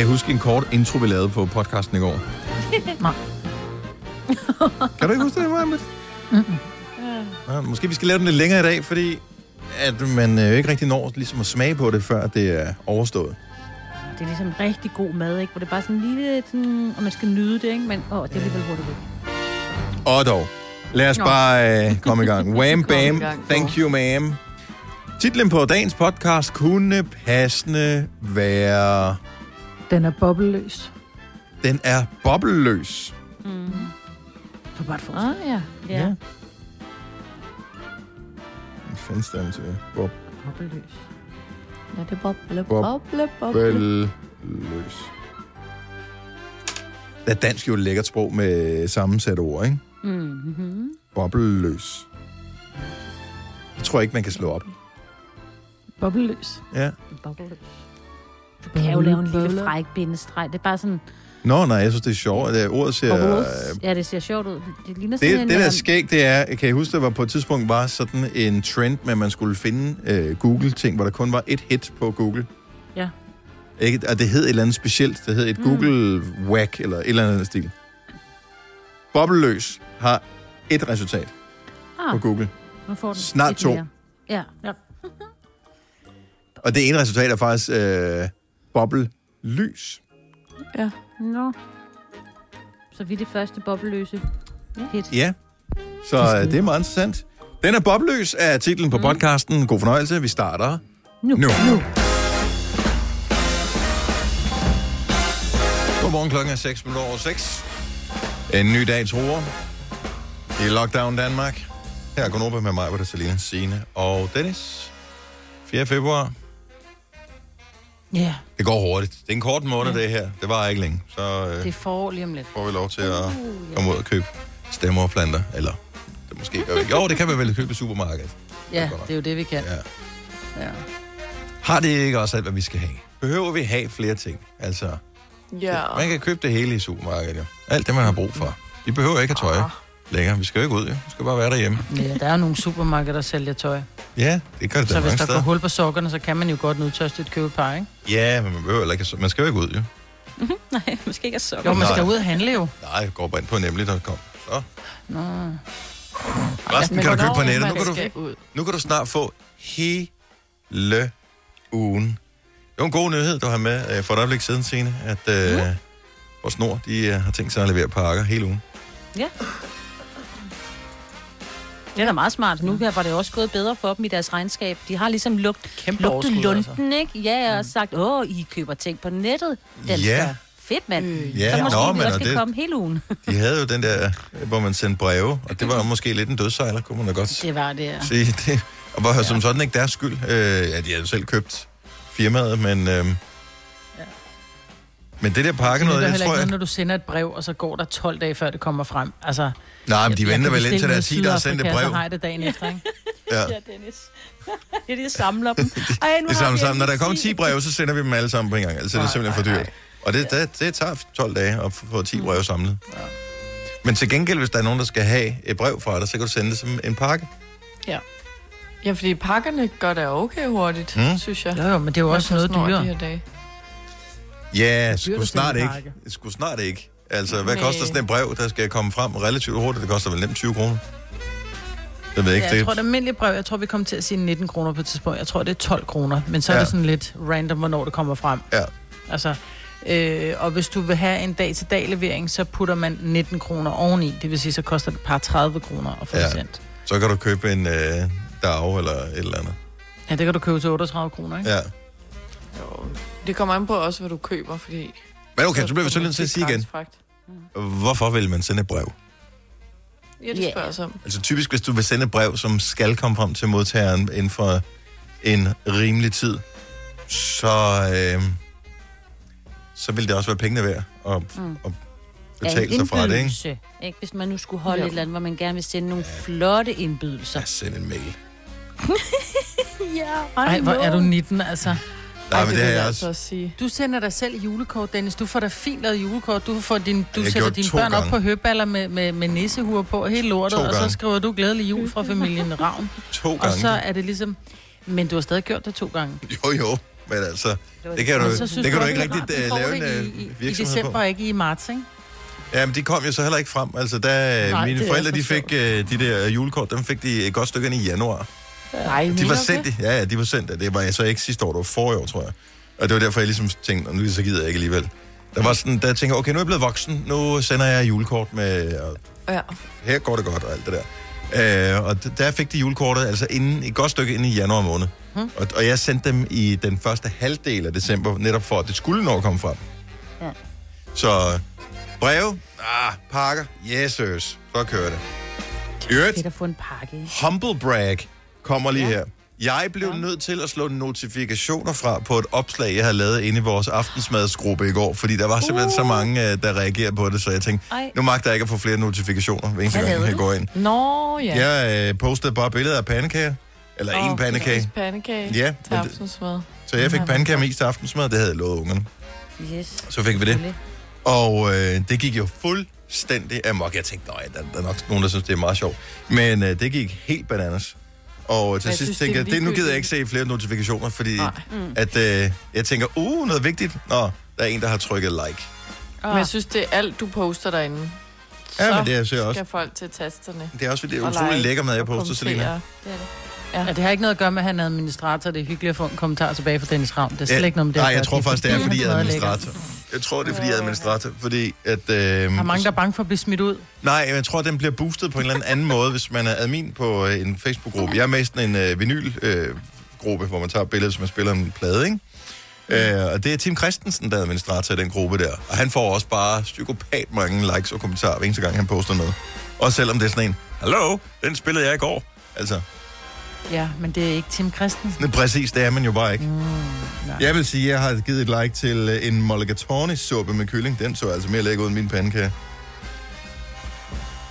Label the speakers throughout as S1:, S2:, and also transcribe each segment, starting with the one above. S1: I huske en kort intro, vi lavede på podcasten i går?
S2: Nej.
S1: Kan du ikke huske det, Mohammed? Ja, måske vi skal lave den lidt længere i dag, fordi at man øh, ikke rigtig når ligesom at smage på det, før det er overstået.
S3: Det er ligesom rigtig god mad, ikke? Hvor det er bare sådan en lille, sådan, og man skal nyde det, ikke? Men åh, det er alligevel hurtigt væk.
S1: Og dog. Lad os
S3: Nå.
S1: bare øh, komme i gang. Wham
S3: Kom i
S1: bam,
S3: gang,
S1: thank you ma'am. Titlen på dagens podcast kunne passende være...
S2: Den er bobbelløs.
S1: Den er bobbelløs.
S3: Mm.
S2: Du bare et forslag.
S3: Ah, ja. Ja.
S1: Ja. Hvad fanden stemmer til?
S4: Ah.
S3: Hoppeløs.
S5: Ja, det er boble,
S1: Bob-
S5: boble, boble.
S1: Bobbelløs. Der er dansk jo et lækkert sprog med sammensatte ord, ikke?
S3: Mm-hmm.
S1: Bobbelløs. Det tror jeg ikke, man kan slå op.
S2: Bobbelløs.
S1: Ja.
S3: Bobbeløs. Du kan jo lave en lille fræk bindestreg. Det er bare sådan...
S1: Nå, nej, jeg synes, det er sjovt. Det er- Ordet ser... øh,
S3: Ja, det ser sjovt ud. Det ligner sådan
S1: Det,
S3: en...
S1: det, der er
S3: øhm,
S1: skægt, det er, kan jeg huske, der var på et tidspunkt var sådan en trend med, at man skulle finde øh, Google-ting, hvor der kun var et hit på Google.
S3: Ja.
S1: Ikke? Og det hed et eller andet specielt. Det hed et
S3: Mm.
S1: Google Whack, eller et eller andet stil. Bobbelløs har et resultat på
S3: Ah,
S1: Google.
S3: nu får den
S1: Snart
S3: lidt
S1: to.
S3: mere. Ja. ja.
S1: Og det ene resultat er faktisk øh, bobbellys.
S5: Ja.
S3: Nå. Så vi er det første bobbeløse hit.
S1: Ja. Så øh, det er meget interessant. Den er bobbelløs af titlen på mm. podcasten. God fornøjelse. Vi starter
S3: Nu.
S1: Nu.
S3: nu.
S1: Godmorgen, klokken er 6 minutter over 6. En ny dag tror i Lockdown Danmark. Her er Gunnova med mig, hvor der Selina, Signe og Dennis. 4. februar.
S2: Ja,
S1: Det går hurtigt. Det er en kort måned, det her. Det var ikke længe. Så øh,
S5: Det er forår lige om lidt.
S1: får vi lov til at komme ud og købe stemmer og planter. Eller det måske gør vi ikke. Jo, det kan vi vel købe i supermarkedet.
S5: Ja,
S1: godt.
S5: det er jo det, vi kan.
S1: Ja.
S5: Ja.
S1: Har det ikke også alt, hvad vi skal have? Behøver vi have flere ting? Altså,
S5: ja.
S1: man kan købe det hele i supermarkedet. Jo. Alt det, man har brug for. Vi behøver ikke at tøj længere. Vi skal jo ikke ud, jo. Vi skal bare være derhjemme.
S4: Ja, der er jo nogle supermarkeder, der sælger tøj.
S1: Ja, det gør det da
S4: Så hvis
S1: mange
S4: der går
S1: steder.
S4: hul på sokkerne, så kan man jo godt nødtørstigt købe et par, ikke?
S1: Ja, men man, behøver heller ikke, man skal jo ikke ud, jo.
S5: Nej, måske ikke er sokker.
S4: Jo, man
S1: Nej.
S4: skal ud og handle jo.
S1: Nej, jeg går bare ind på nemlig.com. Så.
S4: Nå.
S1: Resten kan du købe på nettet. Nu kan du,
S5: skal ud.
S1: nu kan du snart få hele ugen. Det var en god nyhed, du har med øh, for et øjeblik siden, Signe, at øh, vores Nord de, øh, har tænkt sig at levere pakker hele ugen.
S3: Det er da meget smart. Nu var det også gået bedre for dem i deres regnskab. De har ligesom lugt,
S4: Kæmpe
S3: lugtet
S4: overskud,
S3: lunden,
S4: altså.
S3: ikke? Ja, og sagt, åh, I køber ting på nettet. Dansker.
S1: Ja.
S3: Fedt, mand. Øh.
S1: Ja,
S3: så måske
S1: nå,
S3: vi
S1: men,
S3: også
S1: og
S3: skal
S1: det-
S3: komme hele ugen.
S1: De havde jo den der, øh, hvor man sendte breve, og det var jo måske lidt en dødsejler, kunne man da godt
S4: Det var det, ja.
S1: sige. Det og var ja. som sådan ikke deres skyld. Øh, ja, de havde jo selv købt firmaet, men... Øh, men det der pakke
S4: Det er heller
S1: noget, jeg
S4: ikke
S1: tror jeg...
S4: noget, når du sender et brev, og så går der 12 dage, før det kommer frem. Altså,
S1: Nej, men de
S4: jeg
S1: venter
S4: kan
S1: vel indtil
S4: bestille
S1: der er
S4: noget
S1: 10, der har sendt et
S4: Sydafrika,
S1: brev.
S4: Så har jeg det dagen efter, ikke?
S1: Ja.
S3: Dennis. det er det, jeg samler dem. Ej, nu
S1: Det er samme
S3: vi
S1: sammen. Når der
S3: endelig
S1: kommer 10
S3: sige-
S1: breve, så sender vi dem alle sammen på en gang. Altså, det er simpelthen for dyrt. Og det, det, det tager 12 dage at få
S4: Mm.
S1: 10 breve samlet. Men til gengæld, hvis der er nogen, der skal have et brev fra dig, så kan du sende det som en pakke.
S6: Ja, fordi pakkerne gør det okay hurtigt,
S1: Mm.
S6: mm. synes jeg.
S4: Jo, jo, men det er jo
S6: Man
S4: også noget
S6: forstår de
S4: dyrere.
S6: her dage.
S1: Ja,
S4: dyrt
S1: sgu
S4: at
S1: snart
S4: sende en
S1: ikke. Sgu snart ikke. Altså, hvad
S6: Næ.
S1: koster sådan et brev, der skal komme frem relativt hurtigt? Det koster vel nemt 20 kroner. Det ved jeg
S4: Ja,
S1: ikke.
S4: jeg tror,
S1: det,
S4: det almindelige brev, jeg tror, vi kom til at sige 19 kroner på et tidspunkt. Jeg tror, det er 12 kroner, men så er
S1: Ja.
S4: det sådan lidt random, hvornår det kommer frem.
S1: Ja.
S4: Altså, øh, og hvis du vil have en dag-til-dag levering, så putter man 19 kroner oveni. Det vil sige, så koster det et par 30 kroner at få
S1: Ja.
S4: ja. sendt.
S1: så kan du købe en øh, dag eller et eller andet.
S4: Ja, det kan du købe til 38 kroner, ikke?
S1: Ja.
S6: Jo. Det kommer an på også, hvad du køber, fordi...
S1: Men okay, så bliver vi så nødt til at sige igen.
S6: Fragt.
S1: Hvorfor vil man sende et brev?
S6: Ja,
S3: Ja.
S6: det spørger jeg så om.
S1: Altså typisk, hvis du vil sende et brev, som skal komme frem til modtageren inden for en rimelig tid, så, øh, så vil det også være pengene værd at, mm.
S3: Mm.
S1: at betale sig fra det, ikke?
S3: indbydelse, ikke? Hvis man nu skulle holde
S6: Jo.
S3: et eller andet, hvor man gerne vil sende nogle flotte indbydelser.
S1: Ja, send en mail.
S3: Ja,
S4: Ej, hvor er du 19, altså.
S1: Nej, men
S6: det
S1: det har
S6: vil
S1: jeg
S6: altså
S1: også.
S6: også sige.
S4: Du sender dig selv julekort, Dennis. Du får dig fint lavet julekort. Du, får din, du
S1: Jeg
S4: sætter
S1: gjorde
S4: dine
S1: to
S4: børn op
S1: gange.
S4: på høballer med, med, med nissehuer på og hele lortet,
S1: To
S4: og så
S1: gange.
S4: skriver du glædelig jul fra familien Ravn.
S1: To
S4: altså. Og så
S1: gange.
S4: er det ligesom... Men du har stadig gjort det to gange.
S1: Jo, jo. Men altså, det kan du,
S4: Men så synes
S1: det kan du
S4: du
S1: ikke
S4: også,
S1: rigtig
S4: det er
S1: uh,
S4: rart,
S1: lave
S4: vi
S1: en
S4: får det
S1: øh,
S4: I
S1: virksomhed
S4: december,
S1: på.
S4: og ikke i marts, ikke?
S1: Jamen, de kom jo så heller ikke frem. Altså, da
S4: Nej,
S1: Nej, mine
S4: det er
S1: forældre,
S4: for
S1: de fik uh, de der julekort, dem fik de et godt stykke ind i januar.
S2: Nej,
S1: De var sendt, i- ja, ja, de var sendt. Det var så ikke sidste år, det var forrige år, tror jeg. Og det var derfor, jeg ligesom tænkte, "Nå, nu så gider jeg ikke alligevel. Der var sådan, der tænker, okay, nu er jeg blevet voksen, nu sender jeg julekort med, og
S6: Ja.
S1: her går det godt og alt det der. Øh, og d- der fik de julekortet altså inden, et godt stykke ind i januar måned. Hmm. Og, og jeg sendte dem i den første halvdel af december, netop for, at det skulle nå at komme frem.
S5: Ja.
S1: Så breve, ah, pakker, yes, sirs. så kører det. I øvrigt,
S3: Fedt at få en pakke. ikke?
S1: Humble brag kommer lige ja. her. Jeg blev ja. nødt til at slå notifikationer fra på et opslag, jeg havde lavet inde i vores aftensmadsgruppe i går, fordi der var simpelthen uh. så mange, øh, der reagerede på det, så jeg tænkte,
S3: Ej.
S1: nu magter jeg ikke at få flere notifikationer, hver eneste gang jeg går ind.
S6: Nå, ja.
S1: Jeg øh, postede bare billeder af pandekager, eller en
S6: Og
S1: pandekage,
S6: spise Pandekage.
S1: Ja,
S6: Til
S1: men det-
S6: aftensmad.
S1: så jeg fik pandekager mest til aftensmad, det havde jeg lovet ungerne.
S5: Yes.
S1: Så fik vi det. Og øh, det gik jo fuldstændig amok. Jeg tænkte, nej, der, der er nok nogen, der synes, det er meget sjovt. Men øh, det gik helt bananas. Og øh, til
S6: Jeg
S1: sidst
S6: synes,
S1: tænkte
S6: det er
S1: jeg, det, nu gider jeg ikke
S6: ligegyldigt.
S1: se flere notifikationer, fordi
S6: Nej.
S1: at, øh, jeg tænker, uh, noget vigtigt. Nå, der er en, der har trykket like.
S4: Ah.
S6: Men jeg synes, det er alt, du poster derinde.
S1: Ja,
S6: Så
S1: men det er så også.
S6: Skal folk til tasterne.
S1: Det er også fordi, det er
S6: og
S1: utrolig
S6: like
S1: lækker mad, jeg
S6: og
S1: poster, Selina.
S6: kommentere.
S4: Ja, det har ikke noget at gøre med, at han er administrator. Det er hyggeligt at få en kommentar tilbage fra Dennis Ravn. Det er slet
S1: Ja,
S4: ikke noget med det. at
S1: Nej, jeg
S4: gøre.
S1: tror faktisk, det er, fordi jeg er
S4: meget lækkert.
S1: administrator. Jeg tror, det er, fordi jeg er administrator, fordi at... Øh,
S4: Der er mange, der er bange for at blive smidt ud.
S1: Nej, jeg tror, den bliver boostet på en eller anden måde, hvis man er admin på øh, en Facebook-gruppe. Jeg er med i sådan en øh, vinyl-gruppe, hvor man tager billeder, hvis man spiller en plade, ikke? Øh, og det er Tim Christensen, der er administrator i den gruppe der. Og han får også bare psykopat mange likes og kommentarer, hver eneste gang han poster noget. Og selvom det er sådan en, hallo, den spillede jeg i går. Altså,
S4: Ja, men det er ikke Tim Christensen.
S1: det præcis, det er man jo bare ikke. Mm, jeg vil sige, at jeg har givet et like til øh, en mulligatonis-suppe med kylling. Den så altså mere lækker ud end min pandekage.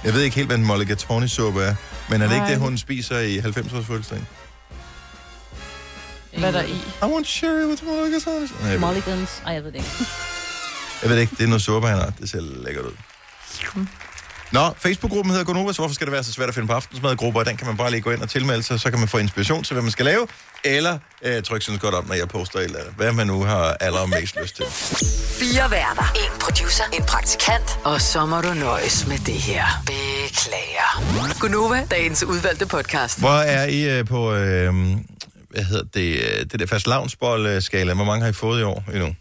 S1: Jeg ved ikke helt, hvad en mulligatonis-suppe er, men er det ikke
S6: Nej.
S1: det, hun spiser i 90-års fødselsdagen?
S4: Mm.
S6: Hvad der er i.
S1: I want sherry with mulligatonis. Nej, jeg ved-
S3: Mulligans. Ej, jeg ved det ikke.
S1: jeg ved det ikke, det er noget suppe, han har. Det ser lækkert ud. Mm. Nå, Facebook-gruppen hedder Gonova, så hvorfor skal det være så svært at finde på aftensmadgrupper? Den kan man bare lige gå ind og tilmelde sig, så kan man få inspiration til, hvad man skal lave. Eller øh, tryk synes godt om, når jeg poster et eller andet. Hvad man nu har allermest lyst til.
S7: Fire værter. En producer. En praktikant. Og så må du nøjes med det her. Beklager. Gunova, dagens udvalgte podcast.
S1: Hvor er I øh, på, øh, hvad hedder det, øh, det der fast skala Hvor mange har I fået i år endnu?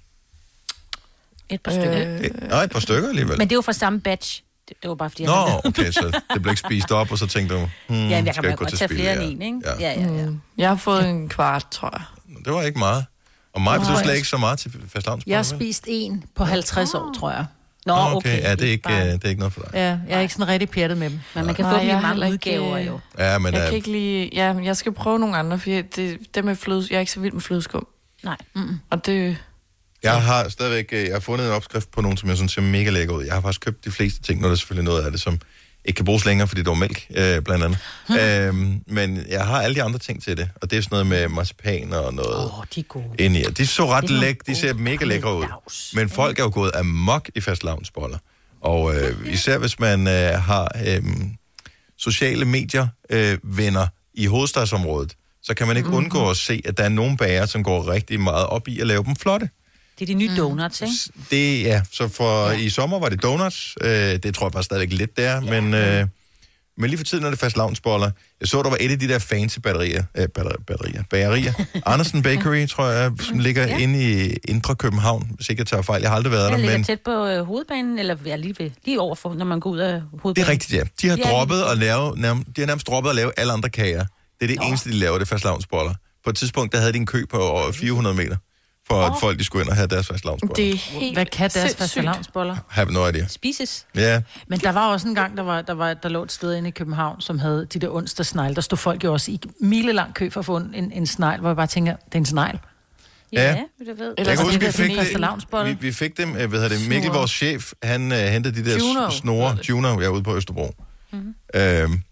S3: Et par stykker. Øh.
S1: Øh. Nej, et par stykker alligevel.
S3: Men det var fra samme batch. Det, det var bare fordi, jeg
S1: Nå, okay, så det blev ikke spist op, og så tænkte du, hmm,
S3: havde... Ja, jeg
S1: skal
S3: kan bare
S1: ikke gå
S3: godt
S1: til
S3: tage
S1: spil,
S3: flere
S1: ja.
S3: end en, ikke?
S1: Ja.
S3: ja, ja. ja.
S6: Jeg har fået en kvart, tror jeg.
S1: Det var ikke meget. Og mig, du
S2: Nej.
S1: slet ikke så meget til fast
S4: Jeg har spist en på 50 år, tror jeg.
S3: Nå, okay.
S1: okay. Ja, det er, ikke, øh, det er ikke noget for dig.
S4: Ja, jeg er ikke sådan rigtig pjattet med dem.
S3: Men man kan
S6: Nej,
S3: få dem
S6: jeg
S3: i
S6: har
S3: mange
S6: heller ikke,
S3: udgaver,
S6: øh,
S3: jo.
S1: Ja, men
S6: Jeg kan
S1: øh,
S6: ikke lige... Ja, jeg skal prøve nogle andre, for jeg, det, det med fløde, jeg er ikke så vild med flødeskum.
S3: Nej.
S4: Mm.
S6: Og det...
S1: jeg har stadigvæk øh, jeg har fundet en opskrift på nogle, som jeg synes ser mega lækker ud. Jeg har faktisk købt de fleste ting, når der er selvfølgelig noget af det, som ikke kan bruges længere, fordi det var mælk, øh, blandt andet. øhm, men jeg har alle de andre ting til det, og det er sådan noget med marcipan og noget...
S4: Åh, oh, de er gode.
S1: ind i. De så ret
S3: Det er
S1: læk, de
S3: nogle
S1: ser
S3: gode
S1: mega lækre ud.
S3: gammeldags.
S1: Men folk er jo gået amok i fastlavnsboller. Og øh, især hvis man øh, har øh, sociale medier øh, venner i hovedstadsområdet, så kan man ikke mm-hmm. undgå at se, at der er nogle bager, som går rigtig meget op i at lave dem flotte.
S3: Det er de
S4: Mm.
S3: nye donuts, ikke?
S1: Det, ja, så for ja. i sommer var det donuts. Øh, det tror jeg bare stadigvæk lidt der, ja. men... Øh, men lige for tiden er det fast lavnsboller. Jeg så, der var et af de der fancy batterier. Øh, batter- batterier. Bagerier. Andersen Bakery, tror jeg, som ligger ja. inde i Indre København. Hvis ikke jeg tager fejl. Jeg har aldrig været
S3: Jeg
S1: der,
S3: ligger
S1: men
S3: tæt på øh, hovedbanen, eller ja, lige, ved, lige overfor, når man går ud af hovedbanen.
S1: det er rigtigt, ja. De har,
S3: Ja,
S1: droppet
S3: lige
S1: at lave, nærm- de har nærmest droppet at lave alle andre kager. Det er det eneste, de laver, det fast lavnsboller. På et tidspunkt, der havde de en kø på over 400 meter, for at folk de skulle ind og have deres fast
S6: Det
S1: lavnsboller.
S6: er helt
S4: Hvad kan deres
S6: sindssygt.
S4: fastelavnsboller?
S1: Have no idea.
S3: Spises.
S1: Ja,
S4: Men der var også en gang, der, var, der, var, der lå et sted inde i København, som havde de der onsdagsnegle. Der stod folk jo også i milelang kø for at få en, en, en snegl, hvor jeg bare tænker, det er en snegl.
S1: Ja.
S3: du ved.
S1: Jeg
S6: Ellers
S1: kan
S6: er
S1: huske, vi
S6: det
S1: fik,
S6: sådan en-
S1: det, vi, vi fik dem, øh, hvad hedder det, Mikkel,
S6: Snore.
S1: vores chef, han øh, hentede de der
S6: Juno,
S1: Juno. snore,
S6: hedder det.
S1: Juno, jeg er ude på Østerbro. Mm-hmm. Øhm,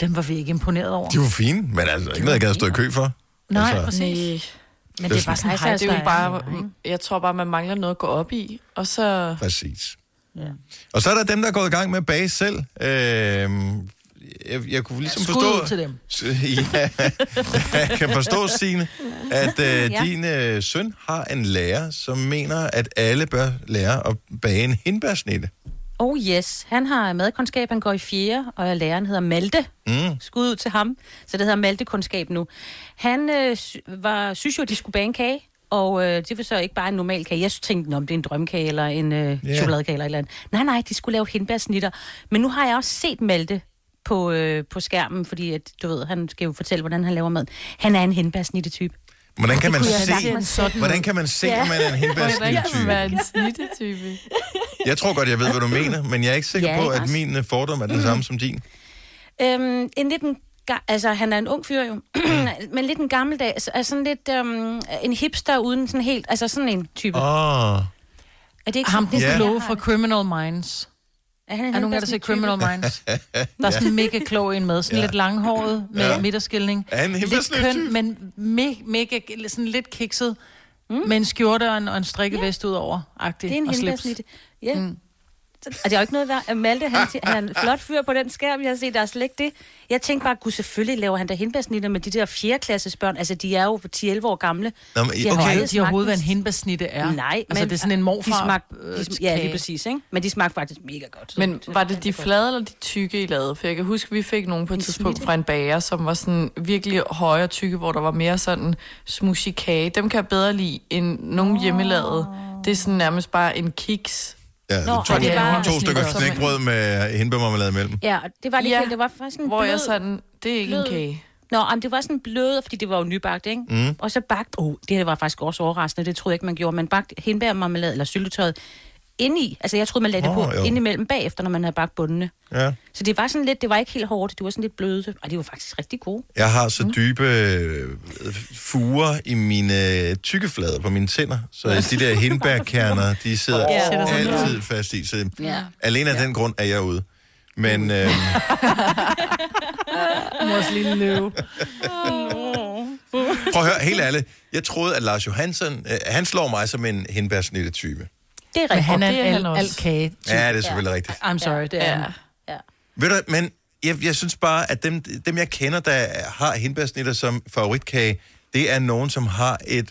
S4: Dem var vi ikke imponeret over.
S1: de var fine, men altså ikke noget, jeg gad at stå i kø for.
S4: Nej,
S1: altså,
S4: præcis.
S6: Nej.
S4: Men det er bare sådan,
S3: Nej,
S4: hej,
S6: Nej,
S3: Altså,
S6: det er jo
S3: der er
S6: bare, jeg tror bare, man mangler noget at gå op i, og så...
S1: Præcis. Ja. Og så er der dem, der er gået i gang med at bage selv. Øhm, jeg, jeg kunne ligesom
S4: Skud
S1: forstå...
S4: ud til dem.
S1: S- Ja, jeg kan forstå, Signe, at øh,
S4: Ja.
S1: ja. din øh, søn har en lærer, som mener, at alle bør lære at bage en hindbærsnitte.
S3: Oh yes, han har madkundskab, han går i 4. og læreren hedder Malte.
S1: Mm.
S3: Skud ud til ham, så det hedder Malte-kundskab nu. Han øh, sy- var, synes jo, at de skulle bage en kage, og øh, det var så ikke bare en normal kage. Jeg tænkte, om det er en drømkage eller en øh,
S5: Ja.
S3: yeah. chokoladekage eller et eller andet. Nej, nej, de skulle lave hindbærsnitter. Men nu har jeg også set Malte på, øh, på skærmen, fordi at, du ved, han skal jo fortælle, hvordan han laver mad. Han er en hindbærsnitte-type.
S1: Hvordan
S3: Det
S1: kan man
S3: kunne jeg
S1: se,
S3: sagtens se.
S1: hvordan kan man se,
S3: Ja.
S1: om man er en hindbærsnittetype?
S6: være en snittetype.
S1: Jeg tror godt, jeg ved, hvad du mener, men jeg er ikke sikker
S3: Ja,
S1: ja, på,
S3: ikke
S1: at
S3: også?
S1: min øh, fordom er den samme som din.
S3: Øhm, en lidt en ga- altså han er en ung fyr jo, men lidt en gammeldags, altså sådan lidt øhm, en hipster uden sådan helt, altså sådan en type.
S1: Åh,
S3: Er det ikke
S4: Ham
S3: sådan-
S4: den
S3: det er sådan,
S4: kloge
S3: jeg har
S4: fra
S3: det?
S4: Criminal Minds.
S3: Er, han
S4: Er
S3: en
S4: nogen af jer, der ser
S3: hipster-type?
S4: Criminal Minds? Der er sådan en mega klog en med, sådan
S1: Ja.
S4: ja. lidt langhåret med
S1: Ja.
S4: ja. midterskilning.
S1: Er han en
S4: lidt
S1: himmelsløs type?
S4: køn, men me- mega, sådan lidt kikset. Mm. Med en skjorte og en, og en strikket vest ud over.
S3: Det er en
S4: og slips.
S3: hindbærsnitte. Ja. Mm. Og det er jo ikke noget værd. Malte, han, han er en flot fyr på den skærm, jeg har set, der er slet ikke det. Jeg tænkte bare, gud, selvfølgelig laver han da hindbærsnitter med de der 4. klasses børn. Altså, de er jo 10-11 år gamle.
S1: Nå, men,
S3: De har
S1: okay.
S3: aldrig
S4: De har
S3: smagt
S4: overhovedet, hvad en
S3: en-
S4: hindbærsnitte er.
S3: Nej,
S4: Altså, det er sådan en morfar.
S3: De smagte, de,
S4: øh,
S3: sm- ja, lige
S4: kage.
S3: præcis, ikke? Men de smagte faktisk mega godt. Så
S6: Men var det de flade eller de tykke, I lavede? For jeg kan huske, vi fik nogen på et tidspunkt fra en bager, som var sådan virkelig høje og tykke, hvor der var mere sådan smushy kage. Dem kan jeg bedre lide end nogle oh. hjemmelavede.
S3: Ah.
S6: Det er sådan nærmest bare en kiks.
S1: Ja,
S3: Nå,
S1: to,
S3: og det var-
S1: to stykker snækbrød med hindbærmarmelade imellem.
S3: Ja, og det var det
S6: Ja,
S3: ja, Det var faktisk en
S6: Hvor
S3: blød,
S6: jeg sådan, det er ikke en
S3: blød-
S6: kage.
S3: Nå, men det var sådan blød, fordi det var jo nybagt, ikke?
S6: Mm.
S3: Og så bagt... Åh, oh, det her var faktisk også overraskende. Det troede jeg ikke, man gjorde. Man bagt hindbærmarmelade eller syltetøjet indeni. Altså, jeg troede, man lagde det
S1: Nå,
S3: på
S1: jo.
S3: indimellem bagefter, når man havde bagt bundene.
S1: Ja.
S3: Så det var sådan lidt... Det var ikke helt hårdt. Det var sådan lidt bløde. Og de var faktisk rigtig gode.
S1: Jeg har så dybe øh, fuger i mine tykkeflader på mine tænder, så de der hindbærkerner, de sidder
S3: Ja, sætter sig ned.
S1: altid fast i. Så
S3: Ja.
S1: alene af den grund er jeg ude. Men øh,
S4: Mors lille løve.
S1: prøv at høre, helt ærligt, jeg troede, at Lars Johansson, øh, han slår mig som en hindbærsnitte type.
S3: Det er rigtigt.
S4: Men han er
S6: Og det er
S4: en
S6: han
S4: al,
S6: også.
S4: alt kage.
S1: Ja, det er selvfølgelig rigtigt.
S4: I'm sorry, det er han.
S1: Ved du, men jeg, jeg synes bare, at dem, dem, jeg kender, der har hindbærsnitter som favoritkage, det er nogen, som har et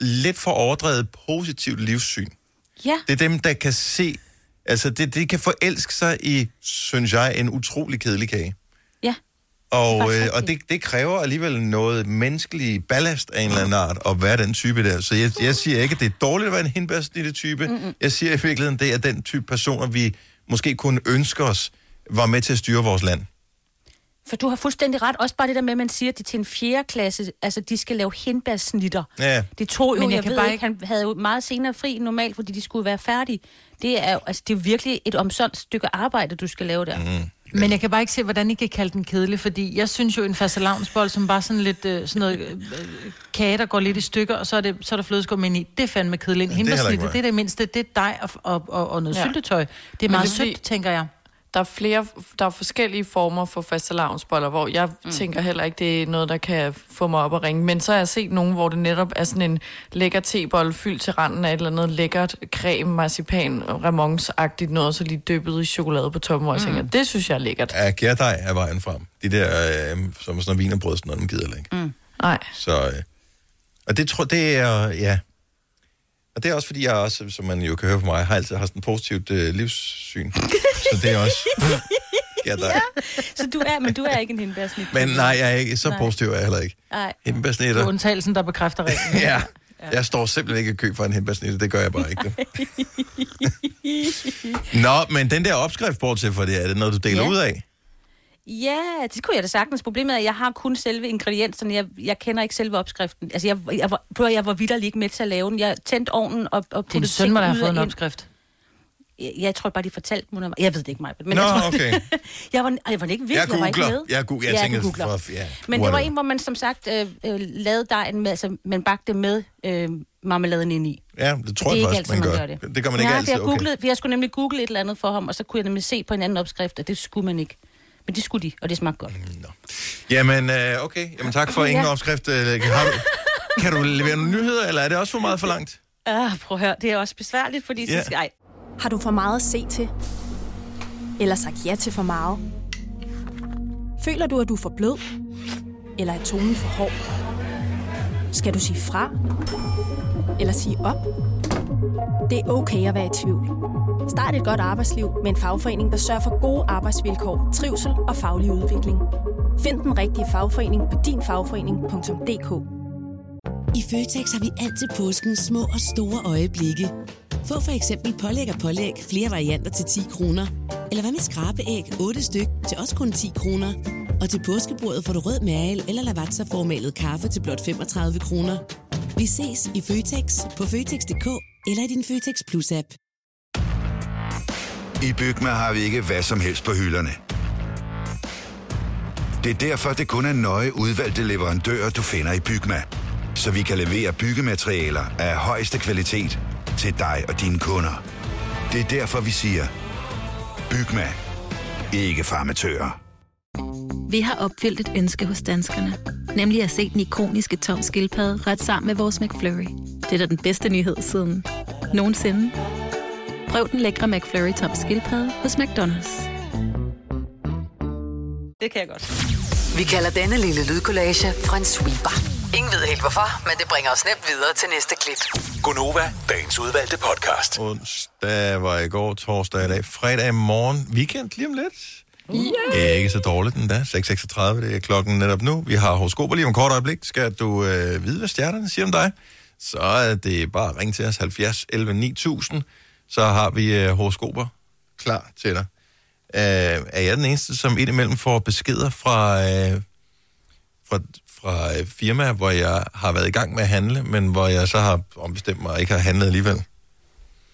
S1: lidt for overdrevet positivt livssyn.
S3: Ja.
S1: Det er dem, der kan se, altså det, det kan forelske sig i, synes jeg, en utrolig kedelig kage.
S3: Ja.
S1: Og,
S3: faktisk
S1: øh, og det, det kræver alligevel noget menneskelig ballast af en eller anden art at være den type der. Så jeg, jeg siger ikke, at det er dårligt at være en hindbærsnitte type. Mm-mm. Jeg siger i virkeligheden, det er den type personer, vi måske kunne ønske os, var med til at styre vores land.
S3: For du har fuldstændig ret. Også bare det der med, at man siger, at de til en fjerde klasse, altså de skal lave hindbærsnitter.
S1: Ja.
S3: Det tog jo,
S6: Men
S3: Men
S6: jeg kan
S3: jeg, jeg ved
S6: bare
S3: bare ikke, han havde jo meget senere fri end normalt, fordi de skulle være færdige. Det er jo altså, det er virkelig et omsondt stykke arbejde, du skal lave der.
S1: Mhm.
S3: Mm.
S4: Men jeg kan bare ikke se, hvordan I kan kalde den kedelig, fordi jeg synes jo, en fastelavnsbold, som bare sådan lidt øh, sådan noget øh, øh, skat og går lidt i stykker, og så er, det, så er der flødeskum ind i. Det er fandme kedeligt. En
S1: det er heller ikke
S4: hindbærsnitte, det er det mindste. Det er dig og, og, og, og noget
S6: Ja.
S4: ja. syltetøj. Det er
S6: Men
S4: meget
S6: det er fordi-
S4: sødt, tænker jeg.
S6: Der er, flere, der er forskellige former for fastelavnsboller, hvor jeg mm. tænker heller ikke, det er noget, der kan få mig op og ringe. Men så har jeg set nogen, hvor det netop er sådan en lækker tebolle fyldt til randen af et eller andet lækkert creme, marcipan, ramonsagtigt noget, og så lige dyppet i chokolade på toppen, hvor
S3: Mm.
S6: jeg tænker, det synes jeg er lækkert.
S1: Ja, gærdej er vejen frem. De der, øh, som er sådan noget vinerbrød, sådan noget, man gider heller ikke. Mm.
S6: Nej.
S1: Så, øh, og det tror det er, ja. Og det er også, fordi jeg også, som man jo kan høre på mig, har altid har sådan et positivt øh, livssyn. så det er også gærdej. Ja.
S3: Så du er, men du er ikke en hindbærsnit.
S1: Men nej, jeg er ikke så
S3: Nej.
S1: positiv, er jeg heller ikke.
S3: Nej.
S4: Det er
S1: Hindbærsnitter.
S4: undtagelsen, der bekræfter reglen.
S1: ja. Jeg står simpelthen ikke i kø for en hindbærsnitter. Det gør jeg bare ikke. Det. Nå, men den der opskrift, bortset fra det, er det noget, du deler
S3: Ja.
S1: ud af?
S3: Ja, det kunne jeg da sagtens. Problemet er, at jeg har kun selve ingredienserne. Jeg, jeg kender ikke selve opskriften. Altså, jeg, jeg, var, prøv, at høre, jeg var vidderlig ikke med til at lave den. Jeg tændte ovnen og,
S4: Din
S3: og puttede
S4: søn
S3: ting
S4: må da have
S3: ud
S4: fået
S3: og
S4: en
S3: ind.
S4: opskrift.
S3: Jeg, jeg tror bare, de fortalte mig. undervejs. Jeg ved det ikke, mig. Men
S1: Nå,
S3: jeg, tror,
S1: okay.
S3: jeg, var, jeg var ikke vild.
S1: Jeg
S3: var ikke
S1: googler.
S3: med.
S1: Jeg, googler. jeg
S3: Ja, du
S1: tænker,
S3: googler.
S1: for, ja,
S3: Men det var
S1: whatever.
S3: en, hvor man som sagt øh, øh, lavede dejen med, altså man bagte med øh, marmeladen ind i.
S1: Ja, det tror
S3: det
S1: jeg
S3: er
S1: faktisk, man
S3: ikke altid,
S1: gør.
S3: det.
S1: Det. det gør man ikke
S3: Nej,
S1: altid,
S3: Jeg,
S1: okay.
S3: googlede, okay. jeg skulle nemlig google et eller andet for ham, og så kunne jeg nemlig se på en anden opskrift, og det skulle man ikke. Men det skulle de, og det smagte godt.
S1: Jamen, øh, okay. Jamen, tak for ingen
S3: Ja.
S1: opskrift. Øh, Har du, kan du levere nogle nyheder, eller er det også for meget for langt?
S3: Ah, prøv at høre, det er også besværligt, fordi
S1: Ja.
S3: så skal, ej.
S8: Har du for meget at se til? Eller sagt ja til for meget? Føler du, at du er for blød? Eller er tonen for hård? Skal du sige fra? Eller sige op? Det er okay at være i tvivl. Start et godt arbejdsliv med en fagforening, der sørger for gode arbejdsvilkår, trivsel og faglig udvikling. Find den rigtige fagforening på dinfagforening.dk
S9: I Føtex har vi altid påskens små og store øjeblikke. Få for eksempel pålæg og pålæg flere varianter til 10 kroner. Eller hvad med skrabeæg 8 styk til også kun 10 kroner. Og til påskebordet får du rød mal eller lavatserformalet kaffe til blot 35 kroner. Vi ses i Føtex på Føtex.dk eller i din Føtex Plus-app.
S10: I Bygma har vi ikke hvad som helst på hylderne. Det er derfor, det kun er nøje udvalgte leverandører, du finder i Bygma. Så vi kan levere byggematerialer af højeste kvalitet til dig og dine kunder. Det er derfor, vi siger, Bygma. Ikke farmatører.
S11: Vi har opfyldt et ønske hos danskerne. Nemlig at se den ikoniske tom skildpadde ret sammen med vores McFlurry. Det er da den bedste nyhed siden nogensinde. Prøv den lækre McFlurry tom skildpadde hos McDonald's.
S3: Det kan jeg godt.
S7: Vi kalder denne lille lydkollage en sweeper. Ingen ved helt hvorfor, men det bringer os nemt videre til næste klip.
S12: Gunova, dagens udvalgte podcast.
S1: Onsdag var i går, torsdag i dag, fredag morgen, weekend lige om lidt. Yeah. Ikke så dårligt den da. 6.36, det er klokken netop nu. Vi har horoskoper lige om kort øjeblik. Skal du øh, vide, hvad stjernerne siger om dig, så er det bare at ringe til os 70 11 9000. Så har vi øh, horoskoper klar til dig. Øh, er jeg den eneste, som indimellem får beskeder fra, øh, fra, fra øh, firmaer, hvor jeg har været i gang med at handle, men hvor jeg så har ombestemt mig og ikke har handlet alligevel?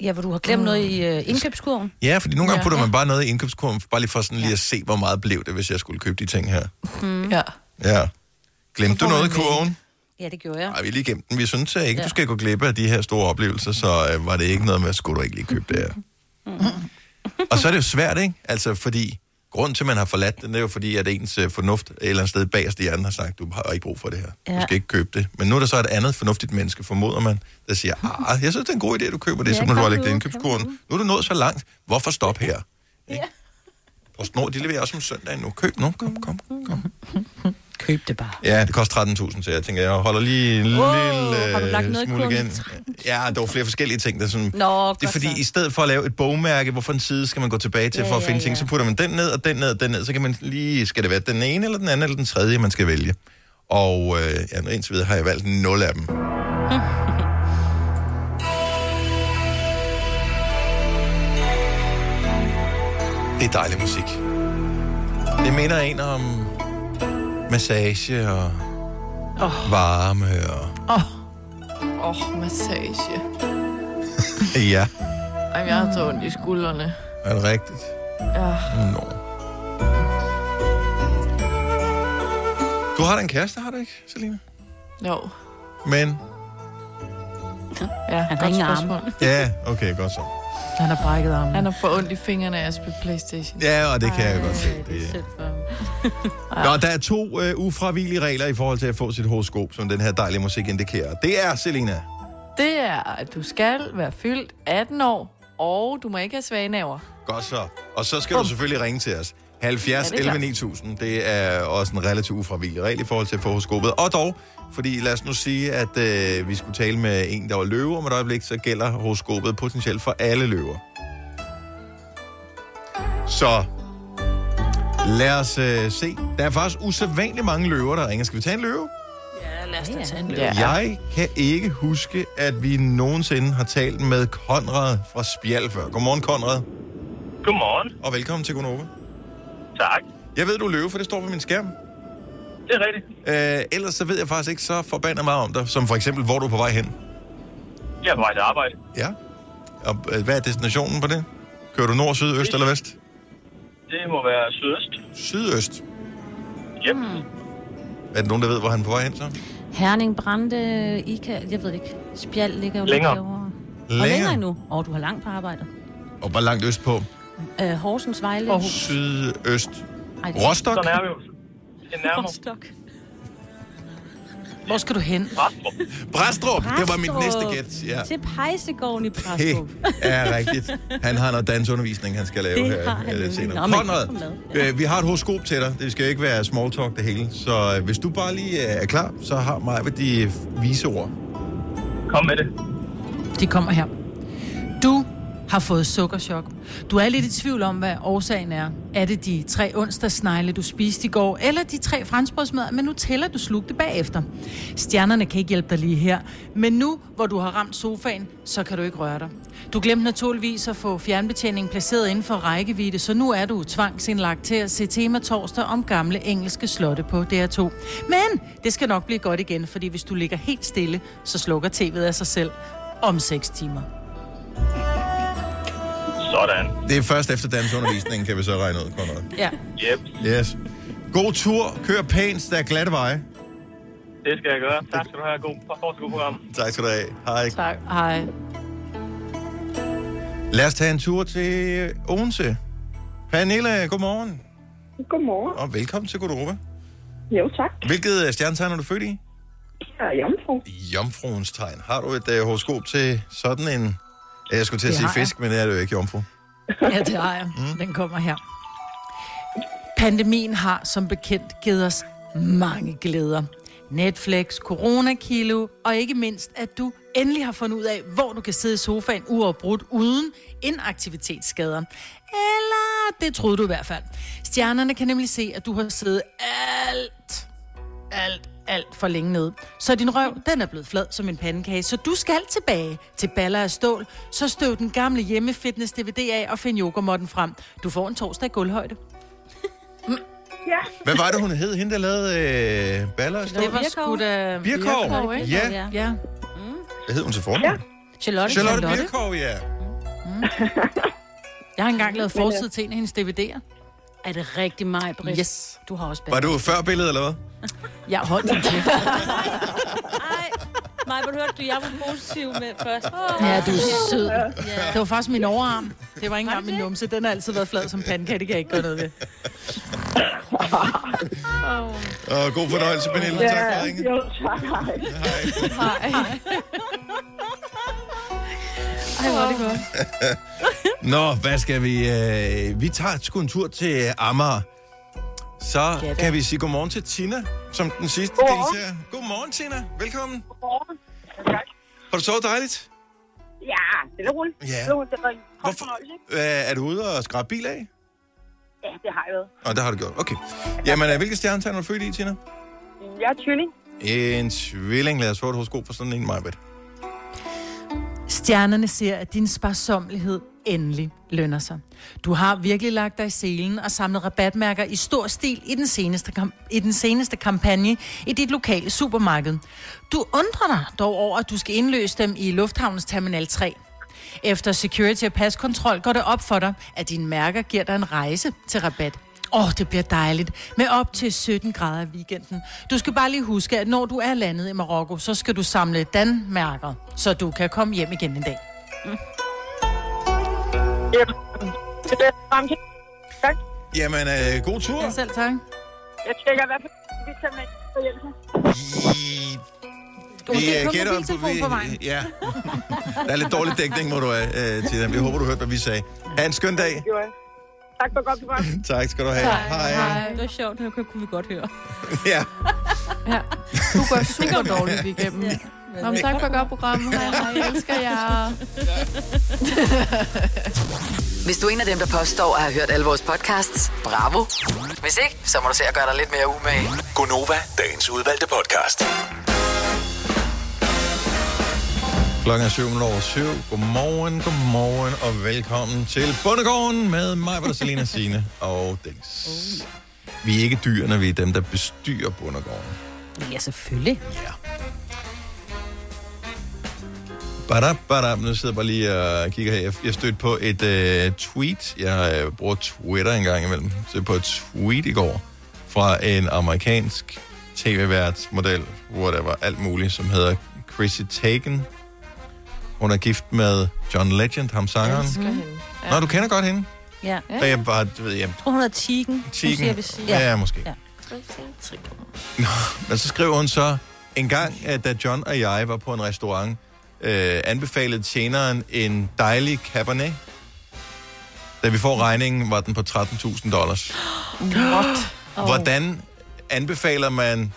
S3: Ja, hvor du har glemt noget i øh, indkøbskurven.
S1: Ja, fordi nogle gange putter man bare noget i indkøbskurven, bare lige for sådan lige at se, hvor meget blev det, hvis jeg skulle købe de ting her.
S3: Mm. Ja.
S1: Ja. Glemte du noget i kurven?
S3: ja, det gjorde jeg.
S1: Nej, vi lige gemte den. Vi synes at ikke,
S3: Ja.
S1: du skal gå glip af de her store oplevelser, så øh, var det ikke noget med, at skulle du ikke lige købe det her. Og så er det jo svært, ikke? Altså, fordi grund til, at man har forladt den, det er jo fordi, at ens øh, fornuft et eller andet sted bagerst i hjernen har sagt, du har ikke brug for det her. Du
S13: Ja.
S1: skal ikke købe det. Men nu er der så et andet fornuftigt menneske, formoder man, der siger, ah, jeg synes, det er en god idé, at du køber det,
S13: Ja,
S1: ja, så må du
S13: kom
S1: bare lægge det i
S13: nu,
S1: indkøbskurven. Nu er du nået så langt. Hvorfor stoppe her? PostNord, de leverer også om søndagen nu. Køb nu, kom, kom.
S2: Køb det bare.
S1: Ja, det koster 13.000, så jeg tænker, jeg holder lige en
S3: Wow,
S1: lille
S3: har du lagt
S1: øh,
S3: noget i
S1: smule
S3: kurven?
S1: igen. Ja, der var flere forskellige ting. Der sådan,
S3: Nå,
S1: det er fordi, i stedet for at lave et bogmærke, hvorfor en side skal man gå tilbage til
S3: Ja,
S1: ja, for at
S3: ja,
S1: finde ja, ting,
S3: ja.
S1: så putter man den ned, og den ned, og den ned. Så kan man lige, skal det være den ene, eller den anden, eller den tredje, man skal vælge. Og øh, ja, nu indtil videre har jeg valgt nul af dem. Det er dejlig musik. Det minder en om massage og oh. varme og...
S6: Åh, oh. oh, massage.
S1: Ja,
S6: Ej, jeg har så ondt i skuldrene.
S1: er det rigtigt?
S6: Ja.
S1: Nå. Du har da en kæreste, har du ikke, Selina?
S6: Jo.
S1: Men...
S6: Ja,
S3: Han
S6: godt
S3: ringer
S6: spørgsmål.
S1: Ja, okay, godt så.
S6: Han har brækket armen. Han har fået ondt i fingrene af at spille Playstation.
S1: Ja, og det kan jeg godt se. Det... Nå, der er to øh, ufravigelige regler i forhold til at få sit horoskop, som den her dejlige musik indikerer. Det er, Selina.
S6: Det er, at du skal være fyldt 18 år, og du må ikke have svagenaver.
S1: Godt så. Og så skal du selvfølgelig ringe til os. 70
S6: Ja, det er
S1: 11
S6: klart.
S1: 9000, det er også en relativt ufravigelig regel i forhold til at få horoskopet. Og dog, fordi lad os nu sige, at øh, vi skulle tale med en, der var løve om et øjeblik, så gælder horoskopet potentielt for alle løver. Så lad os øh, se. Der er faktisk usædvanligt mange løver, der ringer. Skal vi tage en løve?
S5: Ja, lad os da tage en løb.
S1: Ja. Jeg kan ikke huske, at vi nogensinde har talt med Konrad fra Spjald før. Godmorgen, Konrad. Godmorgen. Og velkommen til Gunova. Tak. Jeg ved, du er løve, for det står på min skærm. Det er rigtigt. Øh, ellers så ved jeg faktisk ikke så forbandet meget om dig, som for eksempel, hvor du er på vej hen.
S14: Jeg er på vej til arbejde.
S1: Ja. Og øh, hvad er destinationen på det? Kører du nord, syd, øst eller vest?
S14: Det må være sydøst.
S1: Sydøst.
S14: Yep.
S1: Hmm. Er der nogen, der ved, hvor han er på vej hen så?
S3: Herning brændte, Ica, jeg ved det ikke. Spjald ligger jo
S1: Længere.
S3: lidt derovre. Og
S1: Længere.
S3: længere endnu. Åh, oh, du har langt på arbejde.
S1: Og hvor langt øst på?
S3: Øh, Horsens Vejle. Aarhus.
S1: Sydøst.
S3: Ej, det-
S1: Rostock?
S3: Sådan er vi
S14: Det er nærmere.
S3: Rostock.
S4: Hvor skal du hen?
S14: Brastrup.
S1: Brastrup, det var mit næste gæt. Ja.
S3: Til Pejsegården i Brastrup.
S1: Det er rigtigt. Han har noget dansundervisning, han skal lave
S3: Det
S1: her
S3: har han
S1: øh,
S3: nemlig.
S1: senere.
S3: Nå, men
S1: Konrad, øh, vi har et horoskop til dig. Det skal ikke være small talk det hele. Så øh, hvis du bare lige øh, er klar, så har mig ved de vise ord.
S14: Kom med det.
S4: De kommer her. Du har fået sukkerchok. Du er lidt i tvivl om, hvad årsagen er. Er det de tre onsdagsnegle, du spiste i går, eller de tre franskbrødsmadder, men nu tæller du slugte bagefter? Stjernerne kan ikke hjælpe dig lige her, men nu, hvor du har ramt sofaen, så kan du ikke røre dig. Du glemte naturligvis at få fjernbetjeningen placeret inden for rækkevidde, så nu er du tvangsindlagt til at se tema torsdag om gamle engelske slotte på DR2. Men det skal nok blive godt igen, fordi hvis du ligger helt stille, så slukker tv'et af sig selv om 6 timer.
S14: Sådan.
S1: Det er først efter dansundervisningen, kan vi så regne ud, Konrad.
S4: Ja.
S14: Yep.
S1: Yes. God tur. Kør pænt. Der er glatte veje.
S14: Det skal jeg gøre. Tak skal du have. God, fortsat god program.
S1: Tak skal du have. Hej.
S4: Tak. Hej.
S1: Lad os tage en tur til Odense. Pernille, godmorgen.
S13: Godmorgen.
S1: Og velkommen til Godova.
S13: Jo, tak.
S1: Hvilket øh, stjernetegn er du født i?
S13: Jeg er jomfru.
S1: Jomfruens tegn. Har du et øh, horoskop til sådan en... Ja, Jeg skulle til at
S4: Det
S1: sige
S4: har jeg.
S1: fisk, men det er det jo ikke, jomfru.
S4: Ja, det har jeg. Den kommer her. Pandemien har som bekendt givet os mange glæder. Netflix, coronakilo, og ikke mindst, at du endelig har fundet ud af, hvor du kan sidde i sofaen uafbrudt uden inaktivitetsskader. Eller det troede du i hvert fald. Stjernerne kan nemlig se, at du har siddet alt, alt, alt for længe nede. Så din røv, den er blevet flad som en pandekage, så du skal tilbage til baller af stål. Så støv den gamle hjemmefitness-DVD af og find yogamotten frem. Du får en torsdag i gulvhøjde.
S1: Hvad var det, hun hed? Hende, der lavede øh, baller? og stål?
S4: Det var sgu da...
S1: Birkov. Ja.
S4: ja.
S1: Hvad hed hun til fornavn? Ja.
S4: Charlotte.
S1: Charlotte Birkov, ja.
S4: Jeg har engang lavet
S3: Men, øh,
S4: forside til en af hendes DVD'er.
S3: Er det rigtig meget, Britt?
S4: Yes.
S3: Du har også bedre.
S1: Var du før billedet, eller hvad?
S4: Jeg holdt den til.
S3: Nej, men hørte du, jeg var positiv med først. Oh.
S4: Ja, du er sød. Det var faktisk min overarm. Det var ikke engang min numse. Den har altid været flad som pandekage. Det kan jeg ikke gøre noget ved.
S1: Og god fornøjelse, Pernille.
S13: Ja,
S1: Tak for ringen.
S13: Jo, tak. Hej.
S4: Hej. Ej, hvor er det godt.
S1: Nå, hvad skal vi? Øh, vi tager sgu en tur til Amager. Så kan vi sige godmorgen til Tina, som den sidste
S15: Godmorgen.
S1: deltager. Godmorgen, Tina. Velkommen.
S15: Godmorgen.
S1: Har du sovet dejligt?
S15: Ja, stille og roligt.
S1: Ja.
S15: Stille og roligt, Det var en kort fornøjelse. ikke?
S1: Øh, er du ude og skrabe bil af?
S15: Ja, det har jeg været.
S1: Og det har du gjort. Okay. Jamen, øh, hvilke stjernetegn er du født i, Tina?
S15: Jeg er tvilling.
S1: En tvilling. Lad os få et horoskop for sådan en, Majbet.
S4: Stjernerne ser, at din sparsommelighed endelig lønner sig. Du har virkelig lagt dig i selen og samlet rabatmærker i stor stil i den seneste, kam- i den seneste kampagne i dit lokale supermarked. Du undrer dig dog over, at du skal indløse dem i Lufthavnens Terminal 3. Efter security og paskontrol går det op for dig, at dine mærker giver dig en rejse til rabat. Åh, oh, det bliver dejligt. Med op til 17 grader i weekenden. Du skal bare lige huske, at når du er landet i Marokko, så skal du samle Danmærker, så du kan komme hjem igen en dag.
S15: Jamen, det er frem til. Tak.
S1: Jamen, øh, god tur.
S4: Selv tak.
S15: Jeg tjekker i hvert fald, vi tager med for hjælpen.
S1: Vi øh,
S15: kun
S1: gætter på,
S15: mobiltelefon
S1: vi,
S15: på vejen.
S1: Ja. Der er lidt dårlig dækning, må du have, øh, Tina. Vi håber, du hørte, hvad vi sagde. Ha' en skøn dag.
S15: Jo, ja. Tak for godt program.
S1: Tak skal du have. Hej.
S3: Hej. Det var sjovt, det kunne vi godt høre.
S1: Ja.
S6: Du går super dårligt igennem. Ja. Nå, men tak for godt program. Hej, hej. Jeg elsker jer.
S7: Hvis du er en af dem, der påstår at have hørt alle vores podcasts, bravo. Hvis ikke, så må du se at gøre dig lidt mere umage.
S12: Gonova, dagens udvalgte podcast.
S1: Klokken er 7 over 7. Godmorgen, godmorgen og velkommen til Bundegården med mig, hvor Selina Signe og Dennis. Vi er ikke dyrene, vi er dem, der bestyrer Bundegården.
S3: Ja, selvfølgelig.
S1: Ja. Badab, badab. Nu sidder jeg bare lige og kigger her. Jeg- Jeg stødte på et øh, tweet. Jeg øh, bruger Twitter en gang imellem. Så jeg på et tweet i går fra en amerikansk tv-vært, model, whatever, alt muligt, som hedder Chrissy Teigen. Hun er gift med John Legend, ham sangeren.
S3: elsker
S1: Mm. Nå, du kender godt hende?
S3: Ja.
S1: Da jeg bare, du ved, jeg
S3: Jeg tror, hun hedder Tigen.
S1: Tiken.
S3: Hun siger, vi siger.
S1: Ja, måske.
S3: Ja.
S1: Men så skriver hun så, En gang, at da John og jeg var på en restaurant, øh, anbefalede tjeneren en dejlig cabernet. Da vi får regningen, var den på 13.000 dollars.
S6: What?
S1: Hvordan anbefaler man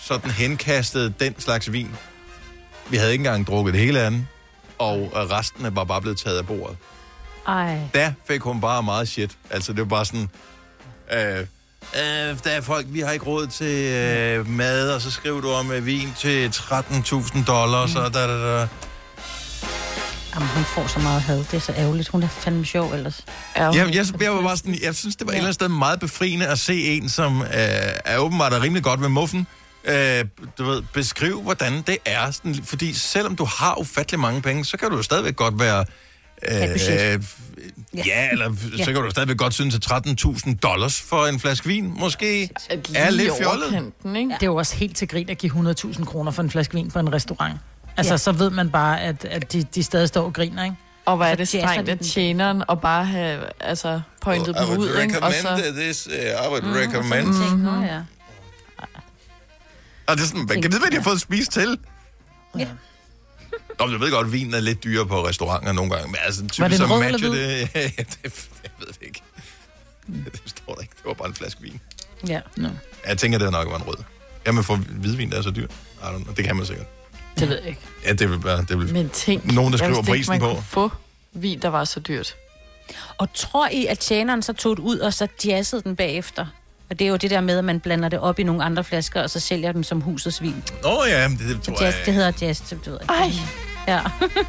S1: sådan henkastet den slags vin? Vi havde ikke engang drukket det hele af den, og øh, resten var bare blevet taget af bordet.
S3: Ej.
S1: Der fik hun bare meget shit. Altså, det var bare sådan... Øh, øh, der er folk, vi har ikke råd til øh, mad, og så skriver du om øh, vin til 13.000 dollars, og da, da, da.
S3: Jamen, hun får så meget had. Det er så ærgerligt. Hun er fandme sjov ellers.
S1: Jamen, jeg, jeg, var bare sådan, jeg synes, det var et eller andet sted meget befriende at se en, som øh, er åbenbart er rimelig godt ved muffen, øh, du ved, beskriv, hvordan det er. Sådan, fordi selvom du har ufattelig mange penge, så kan du jo stadigvæk godt være... øh,
S16: Ja, budget.
S1: ja. ja, eller
S16: Ja.
S1: så kan du stadigvæk godt synes, at 13.000 dollars for en flaske vin måske er lidt fjollet.
S4: ikke? Det er jo også helt til grin at give 100.000 kroner for en flaske vin på en restaurant. Altså,
S6: Ja.
S4: så ved man bare, at, at de, de stadig står og griner, ikke?
S6: Og hvor er det strengt af tjeneren og bare have altså, pointet
S1: I
S6: dem
S1: would
S6: ud, ikke? Og
S1: recommend
S6: så...
S1: this, uh, I would recommend.
S3: Nå, ja.
S1: Og det er sådan, man kan vide, hvad de har fået at spise til.
S3: Ja.
S1: Nå, men jeg ved godt, vinen er lidt dyrere på restauranter nogle gange, men altså, typisk
S4: Var det en
S1: så
S4: rød
S1: matcher
S4: eller
S1: det... Ja, det, jeg ved det ikke. Det står der ikke. Det var bare en flaske vin.
S4: Ja. No.
S1: Jeg tænker, det nok var en rød. Jamen, for hvidvin, der er så dyr. I don't know. Det kan man sikkert.
S4: Det ved jeg ikke.
S1: Ja, det vil være... Det vil...
S6: Men tænk,
S1: Nogen,
S6: jeg
S1: der skriver
S6: vidste ikke,
S1: prisen
S6: man
S1: på.
S6: Kunne få vin, der var så dyrt.
S3: Og tror I, at tjeneren så tog det ud, og så jazzede den bagefter? Og det er jo det der med, at man blander det op i nogle andre flasker, og så sælger dem som husets vin.
S1: Nå ja, det, det tror jeg...
S3: Jazz, det hedder jazz, det ved jeg ikke.
S4: Ej.
S3: Ja,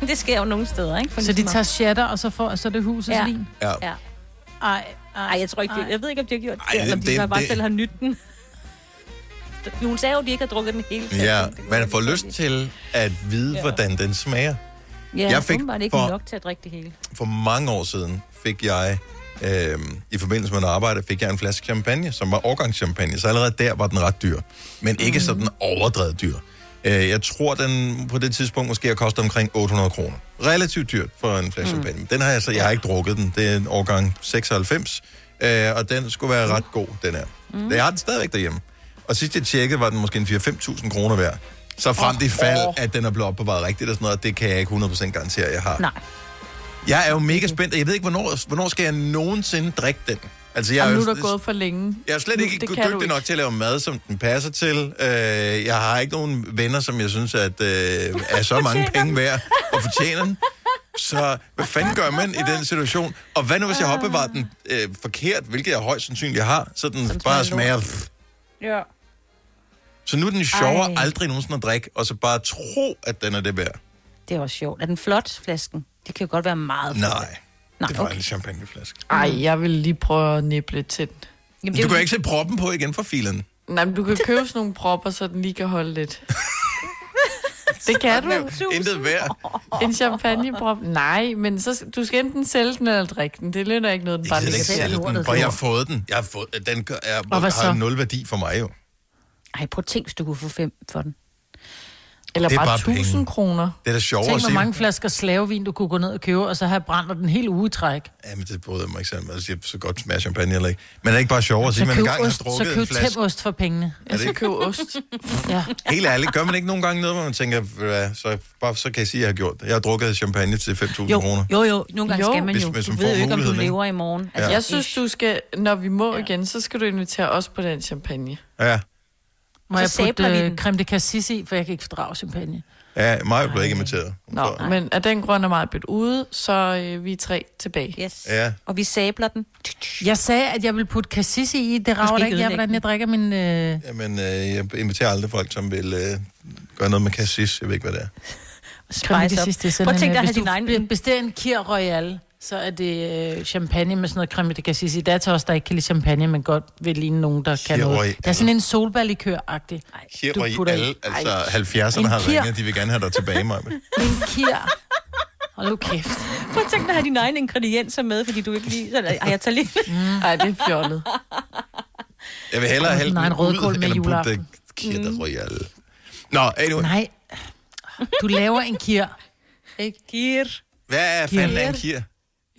S3: det sker jo nogle steder, ikke? For
S4: Så de
S3: ligesom at-
S4: tager shatter, og så, får, så er det husets
S3: Ja.
S4: ja. vin?
S1: Ja.
S3: Ja.
S4: Ej,
S3: Ej, jeg tror ikke,
S4: ej.
S3: de, jeg ved ikke, om de har gjort det,
S1: Ej,
S3: eller om de
S1: det-
S3: bare
S1: det-
S3: selv har nydt den. Hun sagde jo, at de ikke har drukket den hele tiden.
S1: Ja, man får lyst til at vide,
S3: Ja.
S1: hvordan den smager.
S3: Ja,
S1: jeg fik
S3: åbenbart ikke
S1: for-
S3: nok til at drikke det hele.
S1: For mange år siden fik jeg, øh, i forbindelse med noget arbejde, fik jeg en flaske champagne, som var årgangschampagne. Så allerede der var den ret dyr. Men ikke sådan overdrevet dyr. Øh, jeg tror, den på det tidspunkt måske har kostet omkring 800 kroner. Relativt dyrt for en flaske mm. champagne. Men Den har jeg så, jeg har ikke drukket den. Det er en årgang 96. Øh, og den skulle være ret god, den her. Mm. Jeg har den stadigvæk derhjemme. Og sidst jeg tjekkede, var den måske en 4-5.000 kroner værd. Så frem oh, i fald, oh. at den er blevet opbevaret rigtigt og sådan noget, det kan jeg ikke 100% garantere, at jeg har.
S3: Nej.
S1: Jeg er jo mega spændt, og jeg ved ikke, hvornår, hvornår skal jeg nogensinde drikke den? Altså, jeg
S6: Jeg og nu
S1: jo-
S6: er der gået for længe.
S1: jeg er slet
S6: Nu-
S1: ikke
S6: det
S1: det
S6: kan du
S1: dygtig nok til at lave mad, som den passer til. Øh, jeg har ikke nogen venner, som jeg synes at, øh, er så mange penge værd og fortjener den. Så hvad fanden gør man i den situation? Og hvad nu, hvis jeg har opbevaret den øh, forkert, hvilket jeg højst sandsynligt har, så den bare smager...
S3: Ja.
S1: Så nu er den sjovere
S3: Ej.
S1: aldrig nogensinde at drikke, og så bare tro, at den er det værd.
S3: Det er også sjovt. Er den flot, flasken? Det kan jo godt være meget flot.
S1: Nej,
S3: Nej,
S1: det var
S3: okay.
S1: okay. en champagneflaske.
S6: Ej, jeg vil lige prøve at nippe lidt til den.
S1: Men
S6: Jamen,
S1: du kan jo ikke se proppen på igen fra filen.
S6: Nej, men du kan købe sådan nogle propper, så den lige kan holde lidt. det kan du.
S1: Intet værd.
S6: En champagneprop? Nej, men så, du skal enten sælge den eller drikke den. Det lønner ikke noget, den bare
S1: Jeg kan ikke sælge den, for jeg har fået den. Jeg har fået, den gør- er,
S3: Og hvad så?
S1: har nul værdi for mig jo.
S3: Ej, prøv at tænk, hvis du kunne få fem for den.
S6: Eller
S1: Det er
S6: bare,
S1: bare
S6: bare 1000
S1: penge.
S6: kroner.
S1: Det er da sjovere at
S4: Tænk,
S1: se.
S4: hvor mange flasker slavevin, du kunne gå ned og købe, og så have brændt den hele uge i træk.
S1: Ja, men det bryder jeg mig ikke selv. om. Altså, jeg så godt smager champagne eller ikke. Men er det ikke bare sjovere at se,
S4: Så
S1: at man
S4: køb,
S1: engang
S4: ost,
S1: har
S4: så
S1: drukket en
S4: køb
S1: flaske?
S4: ost for pengene.
S1: Er det
S6: Så
S1: ikke?
S6: køb ost.
S4: ja.
S1: Helt ærligt, gør man ikke nogle gange noget, hvor man tænker, "Ved du hvad, så, bare, så kan jeg sige, at jeg har gjort det. Jeg har drukket champagne til 5.000 kroner.
S3: Jo, jo, nogle gange
S6: Jo.
S3: jo. skal man
S1: Hvis-
S3: jo.
S1: hvis
S3: du
S1: man
S3: ved
S1: får
S3: jo ikke, om du
S1: muligheden, ikke?
S3: lever i morgen. Altså,
S1: Ja.
S6: Jeg synes, du skal, når vi må igen, så skal du invitere os på den champagne.
S1: Ja,
S4: Må
S6: Så
S4: jeg
S6: sabler vi
S4: putte
S6: den.
S4: øh, creme de cassis i, for jeg kan ikke fordrage champagne.
S1: ja mig blev ikke inviteret.
S6: Nå, men af den grund er meget bedt ude, så øh, vi er tre tilbage.
S3: Yes.
S1: Ja.
S3: Og vi sabler den.
S4: Jeg sagde, at jeg ville putte cassis i, det rager da ikke. Jeg, hvordan jeg drikker min... Øh...
S1: Jamen, øh, jeg inviterer aldrig folk, som vil øh, gøre noget med cassis. Jeg ved ikke, hvad det er.
S4: Creme
S3: op.
S4: de sidste,
S3: Prøv
S4: sådan
S3: at tænke dig at
S4: en,
S3: have
S4: hvis du
S3: din egen
S4: be- bestiller en Kier Royal, så er det øh, champagne med sådan noget creme de cassis i. Det er til os, der ikke kan lide champagne, men godt vil ligne nogen, der kan
S1: Kier
S4: noget.
S1: Royal.
S4: Det er sådan en solbærlikør-agtig.
S1: Her og i
S4: putter i.
S1: alle, altså
S4: Ej.
S1: 70'erne
S4: En
S1: har
S4: kier.
S1: ringet, de vil gerne have dig tilbage, mig.
S4: En Kier. Hold nu kæft.
S3: Prøv at tænke dig at have dine egne ingredienser med, fordi du ikke lige... Ej, jeg tager lige...
S6: Ej, det er fjollet.
S1: Jeg vil hellere have
S4: Nej, en
S1: den
S4: rødkål
S1: ud,
S4: med
S1: end at putte
S4: juleaften. Mm.
S1: det Kinder Royal. Nå, anyway.
S4: Nej. Du laver en Kier. Ikke?
S3: Kier.
S1: Hvad er fanden er en kier?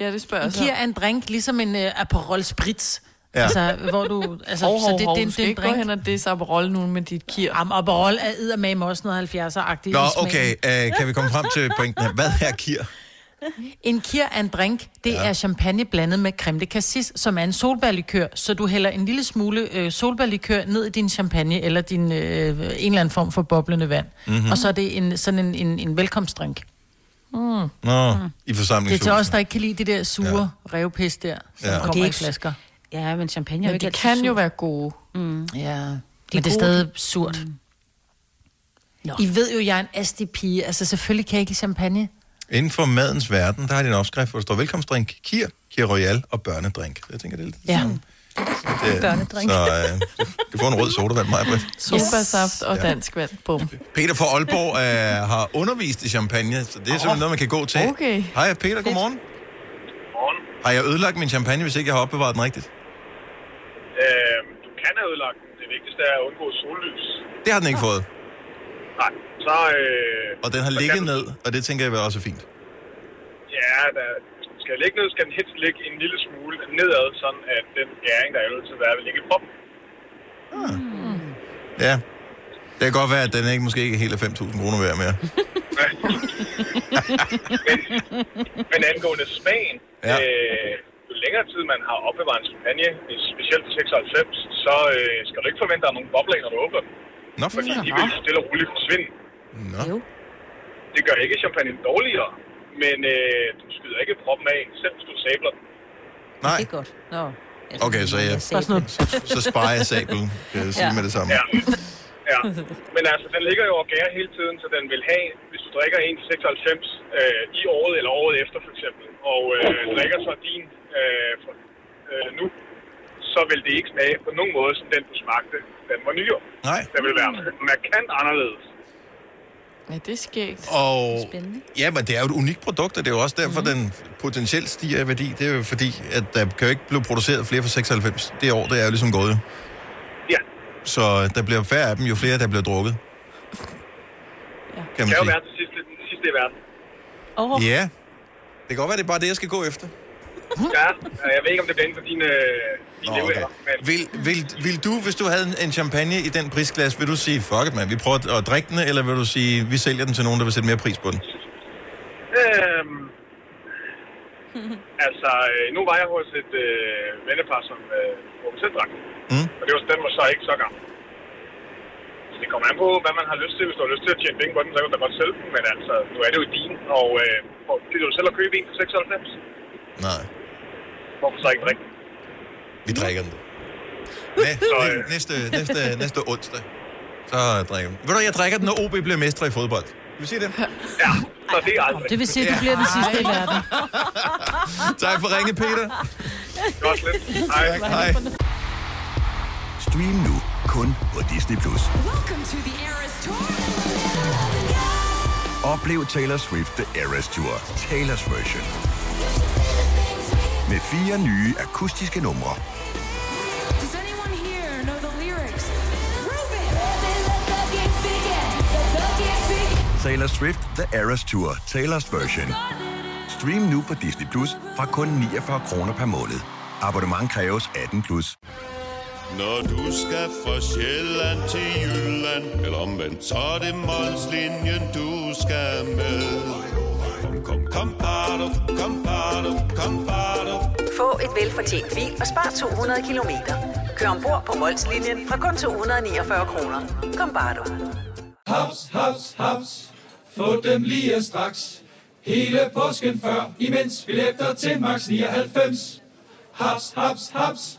S6: Ja, det spørger
S4: En
S6: jeg så.
S4: Kier er en drink, ligesom en øh, Aperol Spritz.
S1: Ja.
S4: Ja. Altså, hvor du... Altså,
S6: hov, hov,
S4: så det,
S6: hov,
S4: det, er
S6: du
S4: en- det,
S6: skal
S4: er en
S6: ikke gå
S4: drink.
S6: hen og disse Aperol nu med dit kir.
S4: Am, Aperol er eddermame også noget 70'er-agtigt.
S1: Nå,
S4: i smagen.
S1: okay, øh, kan vi komme frem til pointen her? Hvad er kir?
S4: En kir er en drink. Det ja. er champagne blandet med creme de cassis, som er en solbærlikør. Så du hælder en lille smule øh, solbærlikør ned i din champagne, eller din, øh, en eller anden form for boblende vand.
S1: Mhm.
S4: Mm-hmm. Og så er det en, sådan en, en, en velkomstdrink. Mm.
S1: Nå, i
S4: Det er til os,
S1: forsamlingshuset.
S4: der ikke kan lide det der sure ja. revpis der, som
S1: Ja.
S4: ja.
S1: Og det er
S4: kommer i
S1: ikke-
S4: flasker.
S3: Ja, men champagne
S6: Men
S3: er jo ikke
S6: de
S3: altid
S6: kan
S3: sur.
S6: jo være gode.
S3: Mm.
S4: Ja. Men
S3: De
S4: det er
S3: gode.
S4: stadig surt. Mm. I ved jo, jeg er en astig pige. Altså, selvfølgelig kan jeg ikke lide champagne.
S1: Inden for madens verden, der har de en opskrift, hvor der står velkomstdrink, kir, kir royal og børnedrink. Jeg tænker, det er lidt
S4: Ja.
S1: det, er-
S4: Børnedrink.
S1: Så øh, du får en rød sodavand, Maja.
S6: Solbærsaft og
S1: Ja.
S6: dansk vand. Bum.
S1: Peter fra Aalborg øh, har undervist i champagne, så det er simpelthen noget, man kan gå til.
S6: Okay.
S1: Hej Peter, godmorgen. Har jeg ødelagt min champagne, hvis ikke jeg har opbevaret den rigtigt?
S14: Øh, du kan have ødelagt den. Det vigtigste er at undgå sollys.
S1: Det har den
S14: Ah.
S1: ikke fået.
S14: Nej, så... Øh,
S1: Og den har ligget ned, og det tænker jeg vel også er fint.
S14: ja, der, skal jeg ligge ned, skal den helst ligge en lille smule nedad, sådan at den gæring, der er nødt til at være, vil ligge i toppen.
S1: Ja. Det kan godt være, at den ikke måske ikke helt er 5.000 kroner værd mere.
S14: Men angående smagen,
S1: Ja.
S14: ja. øh, jo længere tid man har opbevaret en champagne, specielt til 96, så øh, skal du ikke forvente, at der er nogle bobler, når du åbner dem.
S1: Nå,
S14: fordi de vil stille og roligt forsvinde.
S1: Nå.
S14: Det gør ikke champagnen dårligere, men øh, du skyder ikke proppen af, selv hvis du sabler den.
S1: Nej.
S3: Det er godt. Nå.
S1: Okay, så jeg,
S3: Bare sådan noget.
S1: så, så sparer jeg sablen, kan jeg sige
S14: Ja.
S1: med det samme.
S14: Ja. Ja, men altså, den ligger jo og gærer hele tiden, så den vil have, hvis du drikker en til 96 øh, i året eller året efter for eksempel, og øh, drikker så din øh, for, øh, nu, så vil det ikke smage på nogen måde, som den du smagte, da den var nyår.
S1: Nej.
S14: Den vil være markant anderledes.
S6: Ja, det er skægt.
S1: Og ja, men det er jo et unikt produkt, og det er jo også derfor, mm. den potentielt stiger i værdi. Det er jo fordi, at der kan jo ikke blive produceret flere for 96. Det år, det er jo ligesom gået. jo.
S14: Ja.
S1: Så der bliver færre af dem, jo flere der bliver drukket. Ja. Kan man
S14: det kan jo
S1: sige.
S14: være det sidste, den sidste i verden.
S1: Ja. Det kan godt være, det er bare det, jeg skal gå efter.
S14: Ja, jeg ved ikke, om det bliver inden for dine, øh,
S1: Nå,
S14: dine
S1: okay.
S14: levealder, men
S1: Vil, vil, vil du, hvis du havde en- en champagne i den prisklasse, vil du sige, fuck it, man, vi prøver at- at drikke den, eller vil du sige, vi sælger den til nogen, der vil sætte mere pris på den?
S14: Øhm, altså, øh, nu var jeg hos et øh, vennepar, som øh, hvor vi selv drak.
S1: Mm.
S14: Og det var, den var så ikke så gammel. Så det kommer an på, hvad man har lyst til. Hvis du har lyst til at tjene penge på den, så kan du da godt sælge den. Men altså, nu er det jo din, og øh, hvor- gider du selv at købe en for 96?
S1: Nej.
S14: Hvorfor så ikke drikke den?
S1: Vi drikker den. Næ, næ, næste, næste, næste onsdag, så drikker vi den. Ved du, jeg drikker den, når OB bliver mestre i fodbold. Vil vi sige det?
S14: Ja, så det er aldrig.
S4: Det vil sige, at du bliver den sidste i verden.
S1: Tak for ringe, Peter.
S14: Godt lidt. Hej.
S1: Hej.
S10: Stream nu kun på Disney+. Plus. Oplev Taylor Swift The Eras Tour, Taylor's version. Med fire nye akustiske numre. Taylor Swift The Eras Tour, Taylor's version. Stream nu på Disney Plus fra kun 49 kroner per måned. Abonnement kræves 18 plus.
S16: Når du skal fra Sjælland til Jylland, eller omvendt, så er det Molslinjen, du skal med. Kom, kom, kom, bado, kom, bado, kom, bado.
S7: Få et velfortjent bil og spar 200 kilometer. Kør ombord på Molslinjen fra kun 249 kroner. Kom bare du.
S17: Haps, haps, haps. Få dem lige straks. Hele påsken før, imens billetter til max 99. Haps, haps, haps.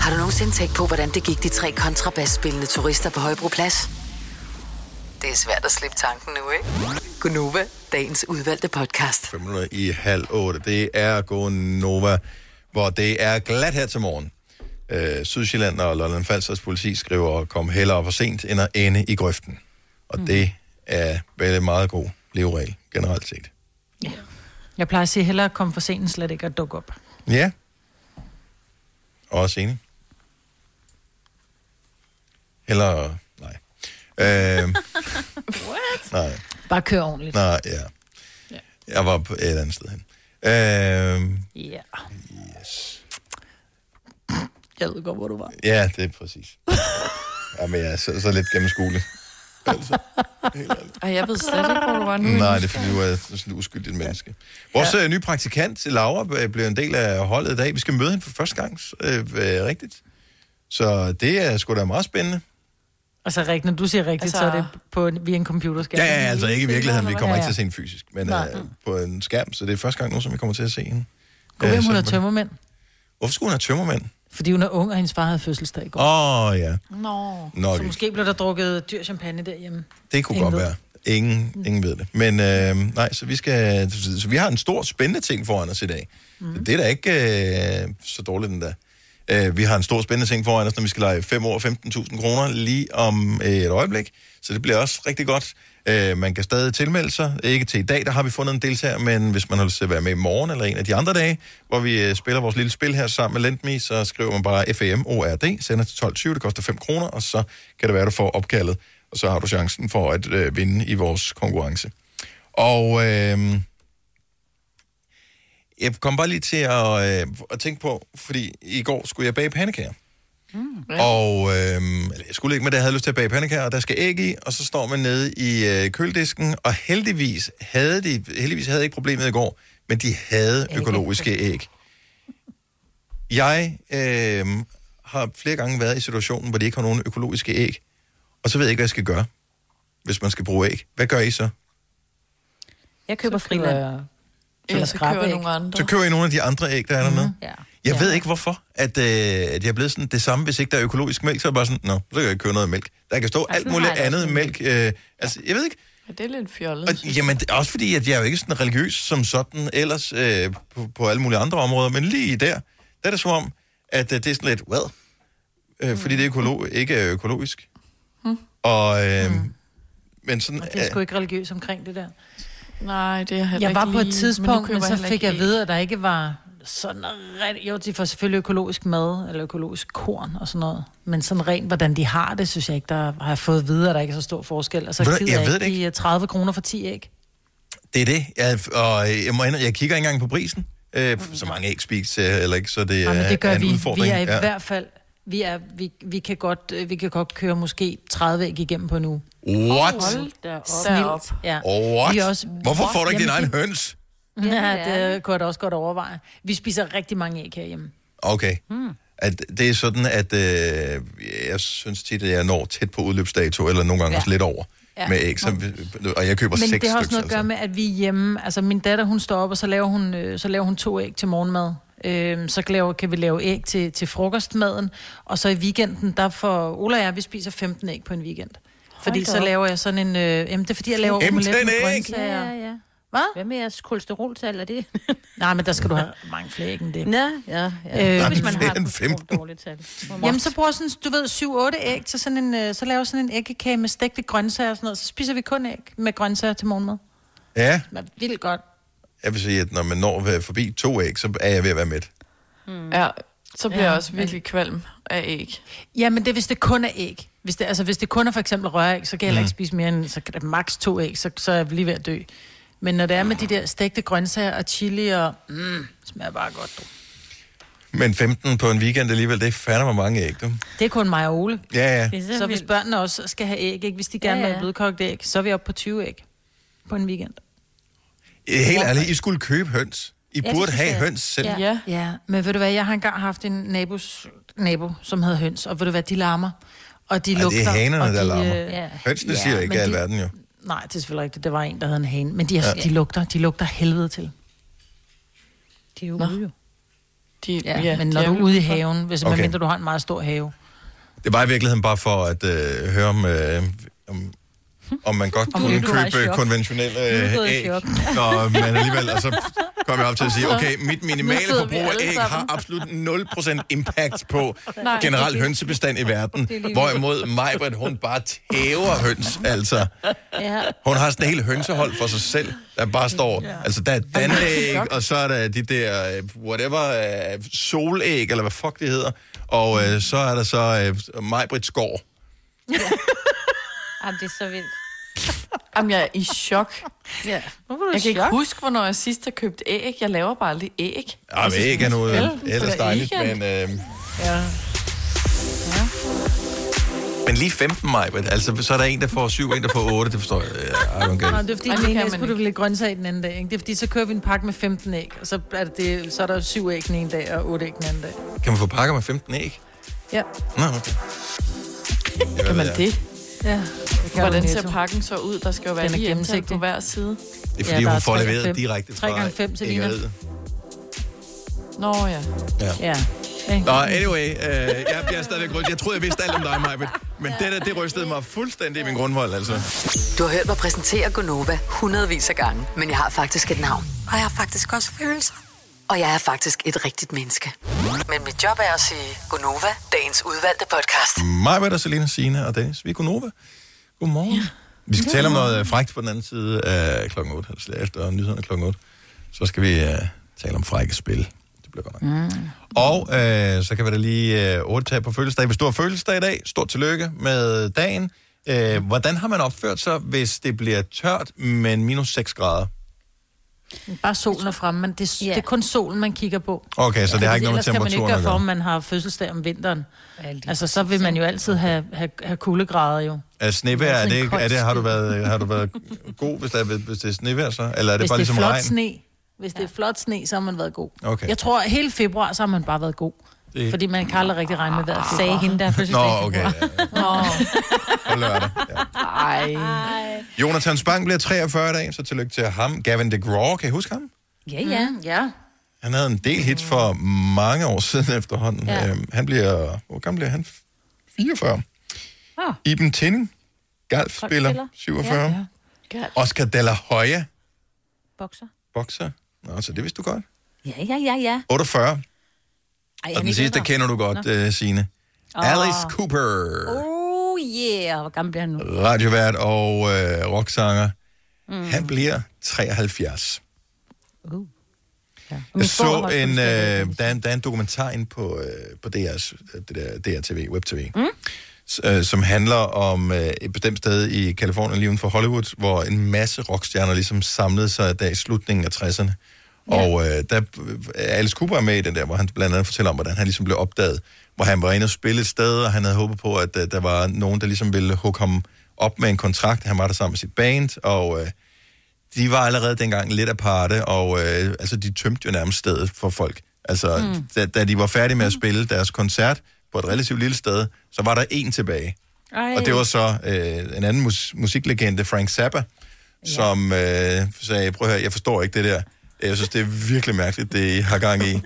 S7: Har du nogensinde tænkt på, hvordan det gik de tre kontrabasspillende turister på Højbroplads? Det er svært at slippe tanken nu, ikke? Gunova, dagens udvalgte podcast.
S1: 5 minutter i halv otte. Det er Go Nova, hvor det er glat her til morgen. Øh, Sydsjælland og Lolland Falsters politi skriver, kom hellere for sent end at ende i grøften. Og mm. det er vel en meget god leveregel generelt set.
S4: Jeg plejer at sige, hellere at komme for sent, end slet ikke at dukke op.
S1: Ja. Også enig. Eller, nej. Øh,
S4: What?
S1: nej.
S4: Bare kør ordentligt.
S1: Nej, ja. Jeg var på et andet sted hen. Øh,
S4: Ja. Yes. Jeg ved godt, hvor du var.
S1: ja, det er præcis. Jamen, jeg er så, så lidt gennemskuelig. Altså.
S6: Ej, jeg ved slet ikke, hvor du var nu.
S1: Nej, det er fordi, du er sådan et uskyldigt menneske. Vores Mm. ja. nye praktikant, Laura, øh, bliver en del af holdet i dag. Vi skal møde hende for første gang, øh, øh, rigtigt. Så det er sgu da meget spændende.
S4: Altså, rigtigt, når du siger rigtigt, altså... så er det på en, via en computerskærm.
S1: Ja, ja, altså ikke i virkeligheden. Vi kommer ikke til at se
S4: Ja, ja.
S1: hende fysisk, men
S4: Nej.
S1: øh, på en skærm. Så det er første gang nu, som vi kommer til at se hende.
S4: Gå ved,
S1: Øh,
S4: om hun er
S1: så-
S4: tømmermænd.
S1: Hvorfor skulle hun have tømmermænd?
S4: Fordi hun er ung, og hendes far havde fødselsdag i går.
S1: Åh, oh, ja.
S4: Nå.
S1: Nå,
S4: så
S1: vi-
S4: måske blev der drukket dyr champagne derhjemme.
S1: Det kunne
S4: Ingen
S1: godt
S4: ved.
S1: være. Ingen, ingen ved det. Men øh, nej, så vi, skal, så vi har en stor spændende ting foran os i dag. Mm. Det er da ikke øh, så dårligt endda. Øh, vi har en stor spændende ting foran os, når vi skal lege 5 år og 15.000 kroner lige om øh, et øjeblik. Så det bliver også rigtig godt. Øh, man kan stadig tilmelde sig. Ikke til i dag, der har vi fundet en deltager, men hvis man har lyst til at være med i morgen eller en af de andre dage, hvor vi øh, spiller vores lille spil her sammen med Lendme, så skriver man bare FAMORD, sender til 12.20, det koster 5 kroner, og så kan det være, at du får opkaldet, og så har du chancen for at øh, vinde i vores konkurrence. Og øh, jeg kom bare lige til at, øh, at tænke på, fordi i går skulle jeg bage pandekager. Ja. Og øhm, eller jeg skulle ikke, men jeg havde lyst til at bage pandekager, og der skal æg i, og så står man nede i øh, køledisken, og heldigvis havde de, heldigvis havde jeg ikke problemet i går, men de havde økologiske æg. Jeg øh, har flere gange været i situationen, hvor de ikke har nogen økologiske æg, og så ved jeg ikke, hvad jeg skal gøre, hvis man skal bruge æg. Hvad gør I så?
S3: Jeg køber friland.
S6: Eller så køber jeg nogle andre.
S1: Så køber I nogle af de andre æg, der er dernede?
S3: Ja.
S1: Jeg ved ikke hvorfor, at, øh, at jeg er blevet sådan det samme, hvis ikke der er økologisk mælk, så er jeg bare sådan, nå, så kan jeg ikke købe noget mælk. Der kan stå
S6: Ej,
S1: alt
S6: sådan
S1: muligt
S6: har jeg det
S1: andet
S6: også.
S1: mælk. Øh, altså, jeg ved ikke,
S6: Ja, det er lidt fjollet.
S1: og, jamen, det er også fordi, at jeg er jo ikke sådan religiøs som sådan ellers øh, på, på alle mulige andre områder, men lige der, der er det som om, at øh, det er sådan lidt, well, øh, fordi det er økolo- ikke er økologisk.
S4: Hmm.
S1: Og, øh, men sådan, øh,
S4: Det er sgu ikke religiøs omkring det der.
S6: Nej, det er jeg heller
S4: Jeg var
S6: ikke
S4: på et
S6: lige,
S4: tidspunkt, men,
S6: køber
S4: men så
S6: heller
S4: fik
S6: ikke
S4: jeg
S6: æg.
S4: at vide, at der ikke var sådan rent... Jo, de får selvfølgelig økologisk mad, eller økologisk korn og sådan noget. Men sådan rent, hvordan de har det, synes jeg ikke, der har jeg fået at vide, at der ikke er så stor forskel. Og så
S1: Ved du,
S4: gider
S1: jeg
S4: jeg,
S1: ved
S4: ikke
S1: det
S4: de øh, 30 kroner for 10 æg.
S1: Det er det. Jeg, og øh, jeg, må indrømme, jeg kigger ikke engang på prisen. Øh, så mange æg spiser jeg heller ikke, så det,
S4: Ja, men
S1: er-
S4: det gør
S1: er en
S4: vi.
S1: udfordring.
S4: Vi er i ja. hvert fald... Vi, er, vi, vi, kan godt, øh, vi kan godt køre måske 30 æg igennem på en uge.
S1: What?
S4: Hold da op.
S6: Derop.
S4: Ja.
S1: What?
S4: Vi er
S1: Også, Hvorfor får du ikke din
S4: Jamen,
S1: egen høns?
S4: Ja, det kunne jeg da også godt overveje. Vi spiser rigtig mange æg herhjemme.
S1: Okay.
S4: Mm.
S1: At det er sådan, at øh, jeg synes tit, at jeg når tæt på udløbsdato, eller nogle gange
S4: Ja.
S1: ja. også lidt over
S4: Ja.
S1: ja. med æg. Så, og jeg køber
S4: Men
S1: seks
S4: det har også
S1: stykker.
S4: noget at
S1: Altså.
S4: gøre med, at vi er hjemme. Altså, min datter, hun står op, og så laver hun, øh, så laver hun to æg til morgenmad. Øhm, så laver, kan vi lave æg til, til frokostmaden. Og så i weekenden, der får Ola og jeg, vi spiser 15 æg på en weekend. Fordi
S3: da
S4: så
S3: op.
S4: laver jeg sådan en... Øh, jamen, det er fordi, jeg laver
S3: 15
S4: omelet med
S3: æg?
S4: grøntsager.
S3: Ja,
S4: Ja, ja.
S3: ja.
S4: Hvad?
S3: Hvad med jeres kolesteroltal er det?
S4: Nej, men der skal du have mange flere æg end det.
S3: Nå, ja,
S4: Øh,
S3: ja. Øh, hvis man har et
S1: 15.
S3: dårligt tal.
S4: Jamen, så bruger sådan, du ved, 7-8 æg, så, sådan en, øh, så laver sådan en æggekage med stegte grøntsager og sådan noget. Så spiser vi kun æg med grøntsager til morgenmad.
S1: altså. Ja,
S4: Det er vildt godt.
S1: jeg vil sige, at når man når at være forbi to æg, så er jeg ved at være med.
S6: Ja, så bliver
S4: Ja,
S6: ja, jeg også
S4: men-
S6: virkelig kvalm af æg.
S4: Ja, men det er, hvis det kun er æg. Hvis det, altså, hvis det kun er for eksempel røræg, så kan jeg heller ikke
S6: Mm.
S4: spise mere end så kan der maks to æg, så, så er jeg lige ved at dø. Men når det er med de der stegte grøntsager og chili og... Mm, smager bare godt, du.
S1: Men 15 på en weekend alligevel, det er fandme mange æg, du.
S4: Det er kun mig og Ole.
S1: Ja, ja.
S4: Det er så, så hvis børnene også skal have æg, ikke? hvis de gerne
S3: Ja,
S4: ja, ja. vil
S3: ja.
S4: have blødkogt æg, så er vi oppe på 20 æg på en weekend.
S1: Helt ærligt, I skulle købe høns. I
S4: Ja,
S1: ja,
S4: det
S1: burde
S4: synes
S1: have
S4: jeg.
S1: høns selv.
S4: Ja. ja. ja, men ved du hvad, jeg har engang haft en nabos, nabo, som havde høns, og ved du hvad, de larmer. Og de
S1: Ej,
S4: lugter.
S1: det er hanerne,
S4: og de,
S1: der
S4: øh,
S1: larmer. Hønsene siger ikke
S4: men
S1: al
S4: de-
S1: verden, jo.
S4: Nej, det er selvfølgelig rigtigt. Det var en, der havde en hane. Men de, er, ja.
S1: Ja.
S4: de, lugter, de lugter helvede til.
S3: De er jo
S4: ude, jo.
S6: De,
S4: ja,
S6: ja,
S4: men
S6: de
S4: når
S6: er
S4: du er
S6: ude.
S4: ude i haven, hvis okay.
S1: Okay.
S4: mindre du har en meget stor have.
S1: Det var i virkeligheden bare for at øh, høre om, øh, om om man godt
S10: Om
S1: kunne
S10: du var i
S1: købe
S10: chok.
S1: konventionelle
S10: Nu er
S1: øh,
S10: du gået i
S1: æg.
S10: chok.
S1: Nå, men alligevel, og så kom jeg op til at sige,
S10: Så-
S1: okay, mit
S10: Nu
S1: minimale
S10: sidder vi
S1: forbrug af
S10: alle
S1: æg har
S10: sammen.
S1: absolut 0% impact på
S10: Nej.
S1: generel hønsebestand i verden.
S10: Det er lige-
S1: Hvorimod Majbert, hun bare tæver høns, altså.
S3: Ja.
S1: Hun har sådan et helt hønsehold for sig selv, der bare står, ja. altså der er danæg, og så er der de der, øh, whatever, øh, solæg, eller hvad fuck det hedder, og øh, så er der så øh, Majbrit Skov.
S3: Jamen, det er så vildt.
S6: Jamen, jeg er i chok.
S3: Ja.
S6: Jeg
S3: Hvorfor er du
S6: kan
S3: i
S6: ikke
S3: chok?
S6: huske, hvornår jeg sidst har købt æg. Jeg laver bare aldrig æg.
S1: Ja, men ikke er noget
S6: Vel,
S1: ellers
S6: for
S1: dejligt,
S6: weekend.
S1: men, øh,
S6: Ja.
S1: men lige 15 maj, men altså, så er der en, der får 7, en, der får 8, det forstår jeg. øh, I don't
S4: Nå,
S1: get
S4: det er fordi,
S1: it.
S6: Ej,
S4: den
S6: det
S4: ene
S6: kan
S4: dag
S6: man
S4: skulle du lidt grøntsag den anden dag. Ikke? Det er fordi, så kører vi en pakke med 15 æg, og så er, det, så er der syv æg den ene dag, og otte æg den anden dag.
S1: Kan man få pakker med 15 æg?
S4: Ja.
S1: Nå, okay. Hvad
S6: Kan man
S1: ved jeg?
S6: det?
S4: Ja.
S6: Hvordan ser pakken så ud? Der skal jo være
S4: Den er
S6: lige antal på
S4: gennemsigtig.
S6: hver side.
S1: Det er fordi, ja, hun får leveret direkte fra
S4: 3 gange 5, Selina.
S1: æggeriet.
S6: Nå ja.
S1: Ja.
S4: Ja.
S1: Nå, anyway, øh, jeg, jeg er stadigvæk rystet. Jeg troede, jeg vidste alt om dig, Majbet. Men det der, det rystede mig fuldstændig i min grundvold, altså.
S7: Du har hørt mig præsentere Gonova hundredvis af gange, men jeg har faktisk et navn. Og jeg har faktisk også følelser. Og jeg er faktisk et rigtigt menneske. Men mit job er at sige Gonova, dagens udvalgte podcast.
S1: Majbet og Selina, Sina og Dennis, vi er Gunova. Godmorgen. Ja. Vi skal tale om noget øh, frækt på den anden side af klokken 8, altså efter nyhederne klokken 8. Så skal vi øh, tale om frække spil.
S18: Mm.
S1: Og øh, så kan vi da lige øh, otte tage på fødselsdag. Hvis du har fødselsdag i dag, stort tillykke med dagen. Øh, hvordan har man opført sig, hvis det bliver tørt, men minus 6 grader?
S4: Bare solen er fremme, men det, yeah. det er kun solen, man kigger på.
S1: Okay, så det har
S4: Fordi
S1: ikke noget med
S4: ellers kan man ikke
S1: temperaturen
S4: gøre
S1: at
S4: for, om
S1: gøre.
S4: man har fødselsdag om vinteren. Altså, så vil man jo altid have, have, have kuldegrader jo.
S1: Er snevejr,
S4: Det er
S1: er
S4: sådan
S1: det,
S4: en
S1: ikke,
S4: kold
S1: er det, har, du
S4: skyld.
S1: været, har du været god, hvis, der, er- hvis det er snevejr så? Eller er det
S4: Hvis
S1: bare
S4: det er
S1: ligesom
S4: flot
S1: regn?
S4: sne, hvis det er flot sne, så har man været god.
S1: Okay.
S4: Jeg tror, at hele februar, så har man bare været god.
S1: Det-
S4: Fordi man kan aldrig rigtig regne med vejret. i februar.
S3: Ah, Sagde hende, der er
S1: Nå, okay. Ja.
S4: Nå.
S1: På lørdag.
S6: Ej.
S1: Jonathan Spang bliver 43 i dag, så tillykke til ham. Gavin DeGraw, kan I huske ham?
S3: Ja, ja.
S4: ja.
S1: Han havde en del hits for mange år siden efterhånden.
S3: Ja.
S1: Ja. Øhm, han bliver... Hvor gammel bliver han? 44. Ah. Iben Tinning, golfspiller, 47.
S3: Ja,
S1: Ja,
S3: ja.
S1: ja.
S3: Golf.
S1: Oscar de la Hoya,
S3: Bokser.
S1: bokser. Nå, så det vidste du godt.
S3: Ja, ja, ja, ja.
S1: 48.
S3: Ej,
S1: Og den sidste kender du godt, uh, Signe.
S3: Åh.
S1: Alice Cooper,
S3: Oh yeah, hvor gammel bliver han nu?
S1: radiovært og øh, rocksanger. Mm. Han bliver 73. Jeg så en, øh, der, er en, der er en dokumentar inde på, øh, på DR's, øh, det der DRTV, WebTV, mm. s, øh, som handler om øh, et bestemt sted i Kalifornien, lige uden for Hollywood, hvor en masse rockstjerner ligesom samlede sig der i slutningen af 60'erne. Og øh, der er Alice Cooper er med i den der, hvor han blandt andet fortæller om, hvordan han ligesom blev opdaget, hvor han var inde og spille et sted, og han havde håbet på, at øh, der var nogen, der ligesom ville hugge ham op med en kontrakt. Han var der sammen med sit band, og... Øh, de var allerede dengang lidt aparte, og øh, altså, de tømte jo nærmest stedet for folk. Altså,
S10: Mm.
S1: mm. da, da de var færdige med at spille deres koncert på et relativt lille sted, så var der en tilbage.
S10: Ej.
S1: Og det var så øh, en anden mus- musiklegende, Frank Zappa, ja. som øh, sagde, prøv at høre, jeg forstår ikke det der. Jeg synes, det er virkelig mærkeligt, det I har gang i.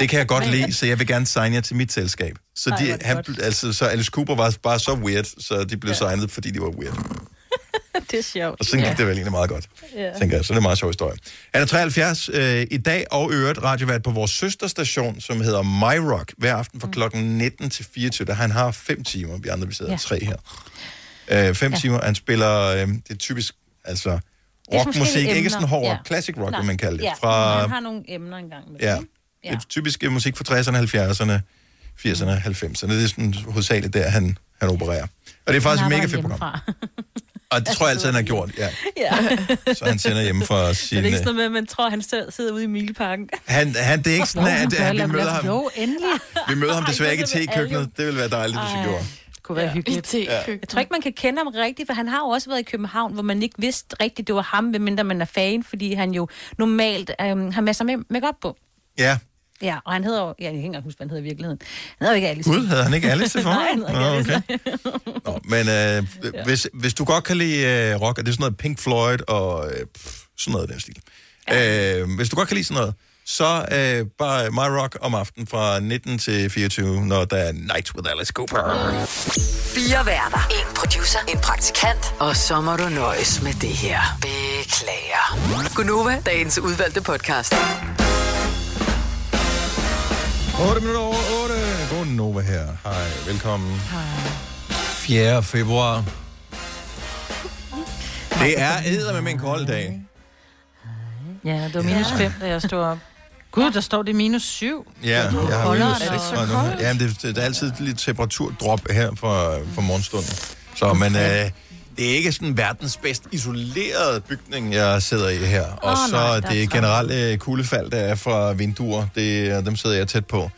S1: Det kan jeg godt lide, så jeg vil gerne signe jer til mit selskab. Så,
S10: Ej, hvor er
S1: de,
S10: det
S1: han,
S10: godt.
S1: bl- altså, så Alice Cooper var bare så weird, så de blev ja. signet, fordi de var weird.
S4: det er sjovt.
S1: Og sådan gik det vel egentlig meget godt. Ja. Tænker jeg, så det er en meget sjov historie. Han er 73 øh, i dag og i øvrigt radiovært på vores søsterstation, som hedder MyRock, hver aften
S3: Mm.
S1: fra klokken 19 til 24, der han har 5 timer. Vi andre, vi sidder
S10: Ja.
S1: ja. tre her. 5
S10: Ja.
S1: øh, timer, han spiller, øh, det er typisk, altså
S3: Det er
S1: rockmusik,
S3: forskellige
S1: ikke sådan
S3: emner.
S1: hård rock, classic rock,
S3: Nej.
S1: vil man kalde det.
S3: Ja,
S1: Fra,
S3: han har nogle emner engang.
S1: ja,
S3: Ja. Mm.
S1: det er typisk øh, musik fra 60'erne, 70'erne, 80'erne, 90'erne. Det er sådan hovedsageligt der, han, han opererer. Og det er faktisk et mega fedt program. Og det tror jeg altid, han har gjort, ja.
S3: ja.
S1: Så han sender hjemme fra
S3: Så det er
S1: sin... øh,
S3: ikke sådan noget med, at man tror, at han sidder sidder ude i Mileparken.
S1: Han, han, det er ikke sådan, at, at vi møder ham.
S4: Jo, endelig.
S3: Ah,
S1: Vi møder ham desværre ikke i
S3: det vil alle
S1: tekøkkenet. Det ville være dejligt, hvis vi
S3: Ej.
S1: gjorde.
S4: Det kunne være ja. hyggeligt.
S1: Ja.
S3: Jeg tror ikke, man kan kende ham rigtigt, for han har jo også været i København, hvor man ikke vidste rigtigt, det var ham, medmindre man er fan, fordi han jo normalt øhm, har masser af make op på.
S1: Ja.
S3: Ja, og han hedder jo... Ja, jeg kan ikke engang huske, hvad han hedder i virkeligheden. Han hedder jo ikke Alice.
S1: Gud, havde han ikke Alice for
S3: Nej, han
S1: mig?
S3: hedder ikke Alice.
S1: okay. Nå, men øh, hvis, hvis du godt kan lide øh, rock, og det er sådan noget Pink Floyd og øh, pff, sådan noget i den stil. Øh, hvis du godt kan lide sådan noget, så øh, bare My Rock om aftenen fra 19 til 24, når der er Night with Alice Cooper.
S7: Fire værter. En producer. En praktikant. Og så må du nøjes med det her. Beklager. Gunova, dagens udvalgte podcast.
S1: 8 minutter over 8. God Nova her. Hej, velkommen. Hej. 4. februar. Det er æder med en kold dag.
S4: Ja, det var minus 5, da jeg stod op. Gud, der står det minus 7.
S1: Ja, jeg har
S4: Koldere
S1: minus
S4: er det
S1: 6
S4: så
S1: grader nu.
S4: koldt.
S1: Ja, men det, det, der er altid lidt temperaturdrop her for, for morgenstunden. Så, men øh, det er ikke sådan verdens bedst isolerede bygning, jeg sidder i her. Og
S18: Åh,
S1: oh, så
S18: nej, der er
S1: nej, det
S18: travlt.
S1: generelle øh, kuldefald, der er fra vinduer, det, er- dem sidder jeg tæt på.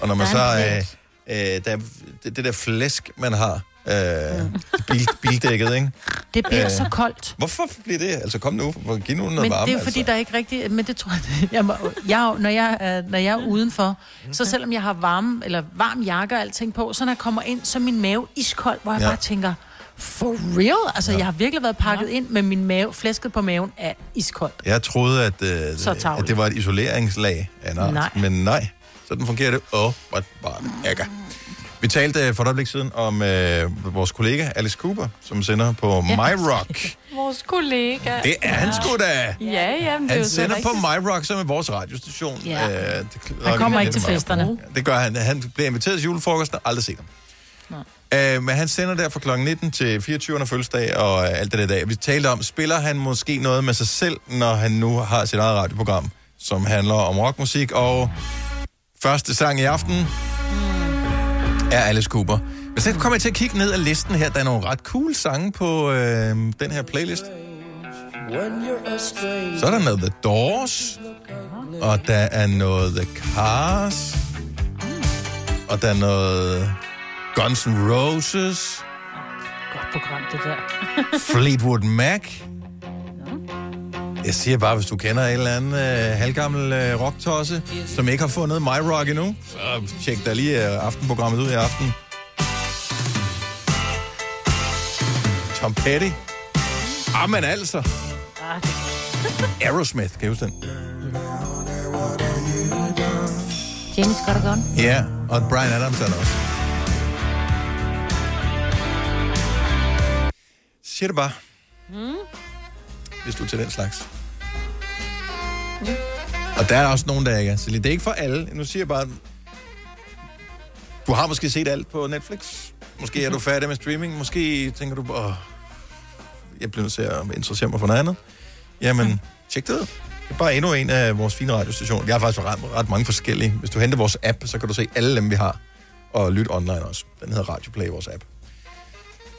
S1: Og når man
S18: Der er
S1: så...
S18: en
S1: Øh, øh, der, er- det, det der flæsk, man har, øh, bil, bildækket, ikke?
S4: Det bliver
S1: Øh,
S4: så koldt.
S1: Hvorfor bliver det? Altså, kom nu, for- giv nu noget
S4: Men
S1: varme.
S4: det er fordi,
S1: altså.
S4: der er ikke rigtigt... Men det tror jeg, jeg, må, jeg, når, jeg, er- når jeg er udenfor, så
S1: Mhm.
S4: selvom jeg har varme, eller varm jakke og alting på, så når jeg kommer ind, så er min mave iskold, hvor jeg
S1: Ja.
S4: ja. bare tænker, for real? Altså, ja. jeg har virkelig været pakket ja. ind, men min mave, flæsket på maven er iskold.
S1: Jeg troede, at, øh,
S4: Så tarveligt.
S1: at det var et isoleringslag af en art,
S4: Nej.
S1: men nej. Sådan fungerer det åbenbart ikke. Vi talte øh, for et øjeblik siden om øh, vores kollega Alice Cooper, som sender på
S6: Ja.
S1: My Rock.
S6: Vores kollega.
S1: Det er han sgu da.
S6: Ja, ja, men det er
S1: Han
S6: jo så
S1: sender på
S6: rigtigt.
S1: My Rock, som er vores radiostation.
S6: Ja.
S1: Øh, det
S4: Han kommer ikke til
S1: meget.
S4: festerne.
S1: Det gør han. Han bliver inviteret til julefrokosten og aldrig set ham. Øh, men han sender der fra kl. 19 til 24. fødselsdag og øh, alt det der dag. Vi talte om, spiller han måske noget med sig selv, når han nu har sit eget radioprogram, som handler om rockmusik. Og første sang i aften
S4: Hmm.
S1: er Alice Cooper. Men så kommer jeg til at kigge ned ad listen her. Der er nogle ret cool sange på øh, den her playlist. Så er der noget The Doors, og der er noget The Cars, og der er noget Guns N' Roses,
S4: Godt program, det der.
S1: Fleetwood Mac. Jeg siger bare, hvis du kender en eller anden øh, halvgammel øh, rocktosse, som ikke har fundet My Rock endnu, så tjek da lige øh, aftenprogrammet ud i aften. Tom Petty. Ah, men altså.
S4: Ah,
S1: Aerosmith, kan jeg huske den?
S3: James Scott er gone.
S1: Ja, og Brian Adams er der også. Siger det bare,
S3: Mm.
S1: hvis du er til den slags. Og der er også nogen, der ikke er. Så det er ikke for alle. Nu siger jeg bare, du har måske set alt på Netflix. Måske er du færdig med streaming. Måske tænker du, åh, jeg bliver nødt til at interessere mig for noget andet. Jamen, tjek det ud. Det er bare endnu en af vores fine radiostationer. Vi har faktisk ret, ret mange forskellige. Hvis du henter vores app, så kan du se alle dem, vi har. Og lyt online også. Den hedder Radio Play, vores app.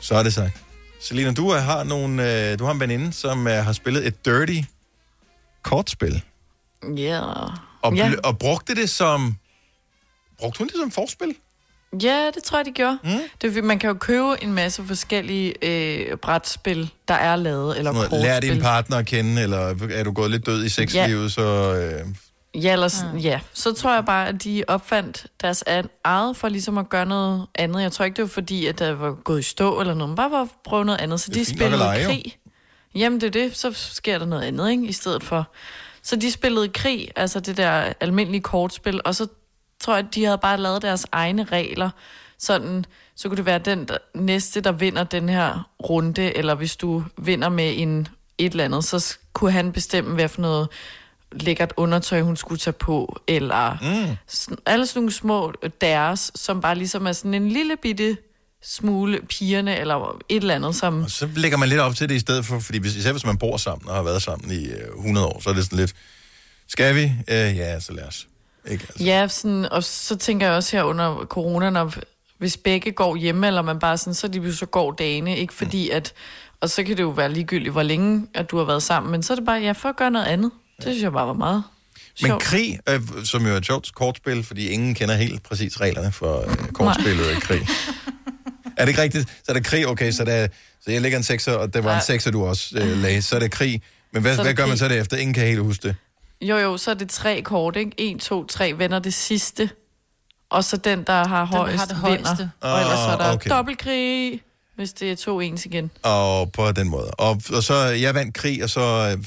S1: Så er det sagt. Selina, du øh, har, nogle, øh, du har en veninde, som øh, har spillet et dirty kortspil.
S6: Ja.
S1: Og,
S6: Ja.
S1: ja. og brugte det som... Brugte hun det som forspil?
S6: Ja, det tror jeg, de gjorde. Mm. Det er, fordi man kan jo købe en masse forskellige øh, brætspil, der er lavet, eller
S1: Noget,
S6: kortspil.
S1: lær din partner at kende, eller er du gået lidt død i sexlivet, så... Øh,
S6: Ja, eller sådan, ja, så tror jeg bare, at de opfandt deres an- eget for ligesom at gøre noget andet. Jeg tror ikke, det var fordi, at der var gået i stå eller noget, men bare for at prøve noget andet. Så
S1: Det er
S6: de
S1: fint nok at
S6: spillede
S1: lege, jo.
S6: krig. Jamen det er det, så sker der noget andet, ikke? I stedet for. Så de spillede krig, altså det der almindelige kortspil, og så tror jeg, at de havde bare lavet deres egne regler. Sådan, så kunne det være den der, næste, der vinder den her runde, eller hvis du vinder med en et eller andet, så s- kunne han bestemme, hvad for noget lækkert undertøj, hun skulle tage på, eller mm. sådan, alle sådan nogle små øh, deres, som bare ligesom er sådan en lille bitte smule pigerne, eller et eller andet, som...
S1: Så lægger man lidt op til det i stedet for, fordi hvis, især hvis man bor sammen og har været sammen i øh, 100 år, så er det sådan lidt, skal vi? Øh, ja, så lad os. Ikke? altså.
S6: Ja, sådan, og så tænker jeg også her under corona, når, hvis begge går hjemme, eller man bare sådan, så er de jo så går dagene, ikke
S1: Mm.
S6: fordi at, og så kan det jo være ligegyldigt, hvor længe at du har været sammen, men så er det bare, ja, for at gøre noget andet. Det synes jeg bare var meget sjovt.
S1: Men krig, øh, som jo er et sjovt kortspil, fordi ingen kender helt præcis reglerne for øh, kortspillet af krig. Er det ikke rigtigt? Så er det krig, okay, så, der, så jeg lægger en sekser, og der var en sekser, du også øh, lagde. Så er det krig. Men hvad,
S6: Så er det
S1: hvad gør man
S6: krig.
S1: så derefter? Ingen kan helt huske det.
S6: Jo, jo, så er det tre kort, ikke? En, to, tre vender det sidste. Og så den, der har højst,
S4: det
S6: vinder.
S4: højeste.
S6: Og ellers så er der okay.
S1: Ah, okay.
S6: dobbeltkrig, hvis det er to ens igen.
S1: Og på den måde. Og, og så, jeg vandt krig, og så, øh,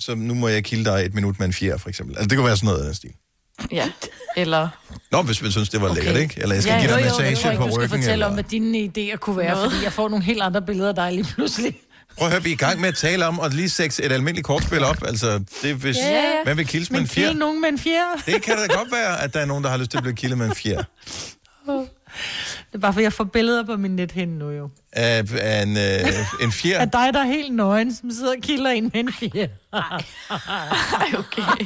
S1: så nu må jeg kilde dig et minut med en fjer, for eksempel. Altså, det kunne være sådan noget af den stil.
S6: Ja, eller...
S1: Nå, hvis man synes, det var okay. lækkert, ikke? Eller jeg skal
S4: Ja,
S1: ja, give dig
S4: jo,
S1: en
S4: jo, jeg tror
S1: massage
S4: ikke,
S1: på
S4: du skal
S1: ryggen.
S4: fortælle
S1: Eller...
S4: om, hvad dine idéer kunne være,
S6: Noget.
S4: fordi jeg får nogle helt andre billeder af dig lige pludselig.
S1: Prøv at høre, vi er i gang med at tale om at lige sætte et almindeligt kortspil op. Altså, det er, hvis
S4: Ja, ja.
S1: man vil kildes med
S4: Men
S1: en fjer.
S4: kille nogen med en fjer.
S1: Det kan da godt være, at der er nogen, der har lyst til at blive kildet med en fjer.
S4: Det er bare, for jeg får billeder på min nethinde nu jo.
S1: Af, af en, øh, en fjer.
S4: Af dig, der er helt nøgen, som sidder og kilder en med en fjer. Ej, okay.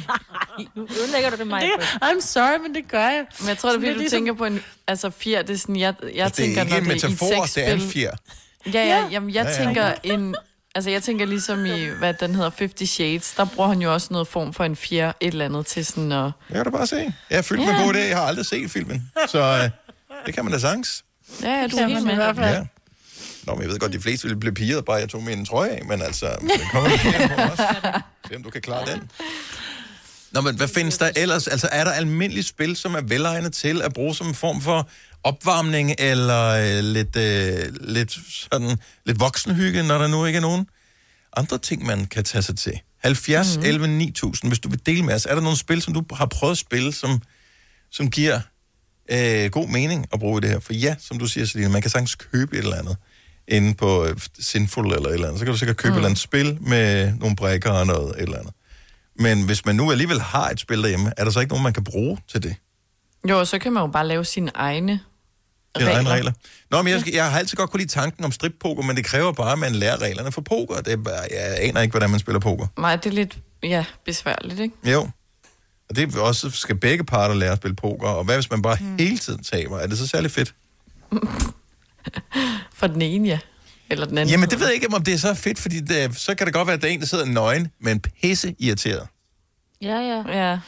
S3: Nu ødelægger du det, mig.
S4: Det- I'm sorry, men det gør jeg.
S6: Men jeg tror, det er, fordi
S4: Sådan lidt
S6: du
S4: ligesom-
S6: ligesom... tænker på en... Altså, fjer, det er sådan, jeg, jeg
S1: Altså, det er
S6: tænker,
S1: ikke en
S6: når det
S1: metafor,
S6: i
S1: det
S6: et
S1: er
S6: sexspil.
S1: en fjer.
S6: Ja,
S4: Ja.
S6: ja, jamen, jeg
S4: Ja,
S6: ja,
S4: ja.
S6: ja. tænker en... Altså, jeg tænker ligesom i, hvad den hedder, 50 Shades, der bruger han jo også noget form for en fjer, et eller andet til sådan at...
S1: Jeg kan da bare se. Jeg er fyldt
S6: Ja.
S1: med gode idéer. Jeg har aldrig set filmen. Så øh, det kan man da sagtens.
S6: Ja, ja, du
S4: Kan
S6: er
S4: man
S6: helt
S4: i
S6: med.
S4: hvert fald.
S1: Ja. Nå, men jeg ved godt, de fleste ville blive piret, bare jeg tog min trøje af, men altså, det kommer en fjer på også. Se, om du kan klare den. Nå, men hvad findes der ellers? Altså, er der almindelige spil, som er velegnet til at bruge som en form for opvarmning, eller øh, lidt, øh, lidt, sådan, lidt voksenhygge, når der nu ikke er nogen? Andre ting, man kan tage sig til. 70, mm-hmm. 11, 9000, hvis du vil dele med os. Er der nogle spil, som du har prøvet at spille, som, som giver øh, god mening at bruge i det her. For ja, som du siger, Selina, man kan sagtens købe et eller andet inde på øh, Sinful eller et eller andet. Så kan du sikkert købe mm. et eller andet spil med nogle brækker og noget et eller andet. Men hvis man nu alligevel har et spil derhjemme, er der så ikke nogen, man kan bruge til det?
S6: Jo, og så kan man jo bare lave sine egne
S1: Dine regler. egne regler. Nå, men jeg, skal, jeg har altid godt kunne lide tanken om strippoker, men det kræver bare, at man lærer reglerne for poker. Det er bare, jeg aner ikke, hvordan man spiller poker.
S6: Nej, det er lidt, ja, besværligt, ikke?
S1: Jo. Og det er også, skal begge parter lære at spille poker. Og hvad hvis man bare mm. hele tiden taber? Er det så særlig fedt?
S6: For den ene, ja. Eller den anden.
S1: Jamen, det ved jeg ikke, om det er så fedt, fordi det, så kan det godt være, at der er en, der sidder nøgen, men pisse irriteret.
S3: Ja, ja.
S6: ja.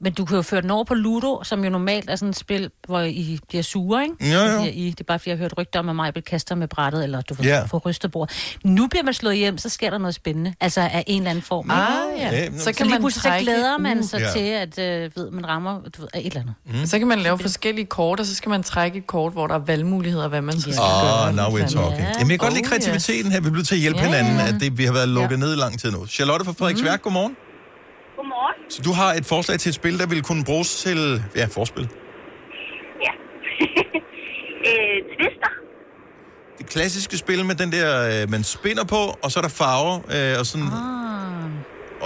S3: Men du kan jo føre den over på Ludo, som jo normalt er sådan et spil, hvor I bliver sure, ikke?
S1: Jo, jo.
S3: Fordi I, det er bare, fordi jeg har hørt rygter om, at mig kaster med brættet, eller du får,
S1: Ja.
S3: yeah. får rysterbord. Nu bliver man slået hjem, så sker der noget spændende. Altså af en eller anden form. ikke?
S6: Ah, ja. Ja,
S3: Så,
S6: så
S3: kan
S6: kan
S3: lige
S6: man
S3: pludselig så
S6: trække-
S3: glæder man
S6: Uh.
S3: sig
S6: Ja.
S3: til, at øh, ved, man rammer du ved, af et eller andet.
S6: Mm. Så kan man lave forskellige kort, og så skal man trække et kort, hvor der er valgmuligheder, hvad man så skal gøre.
S1: Åh, oh, now we're talking.
S6: Ja.
S1: Jamen, jeg kan godt
S6: Oh,
S1: lide
S6: ja.
S1: kreativiteten her. Vi bliver til at hjælpe
S6: Ja,
S1: hinanden,
S6: ja.
S1: at det, vi har været lukket ned i lang tid nu. Charlotte fra Frederiksværk, godmorgen.
S18: Godmorgen.
S1: Så du har et forslag til et spil, der ville kunne bruges til... Ja, forspil.
S18: Ja. øh, twister.
S1: Det klassiske spil med den der, øh, man spinner på, og så er der farver, øh, og sådan...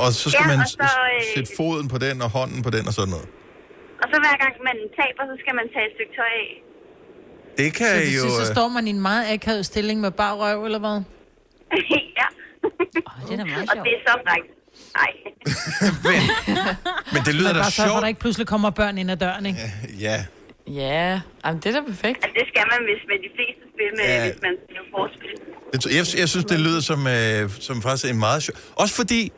S1: Og så skal
S18: Ja,
S1: man
S18: og så,
S1: s-
S18: øh,
S1: sætte foden på den, og hånden på den, og sådan noget.
S18: Og så hver gang man taber, så skal man tage et stykke tøj af.
S1: Det kan
S4: Så
S1: jo...
S4: til sidst, så
S1: øh,
S4: står man i en meget akavet stilling med bare røv, eller hvad?
S18: ja.
S4: det er da meget
S18: og det er så frækt. Nej.
S1: Men det lyder
S4: man
S1: da
S4: bare sørge for, at
S1: sjovt.
S4: der ikke pludselig kommer børn ind ad døren, ikke?
S1: Ja,
S6: Ja, Jamen, det er da perfekt.
S18: Altså, det skal man, hvis man de fleste spil med,
S1: Ja.
S18: ja. hvis man spiller forspil.
S1: Det, tror- jeg, jeg synes, det lyder som, øh, som faktisk en meget sjov... Også fordi,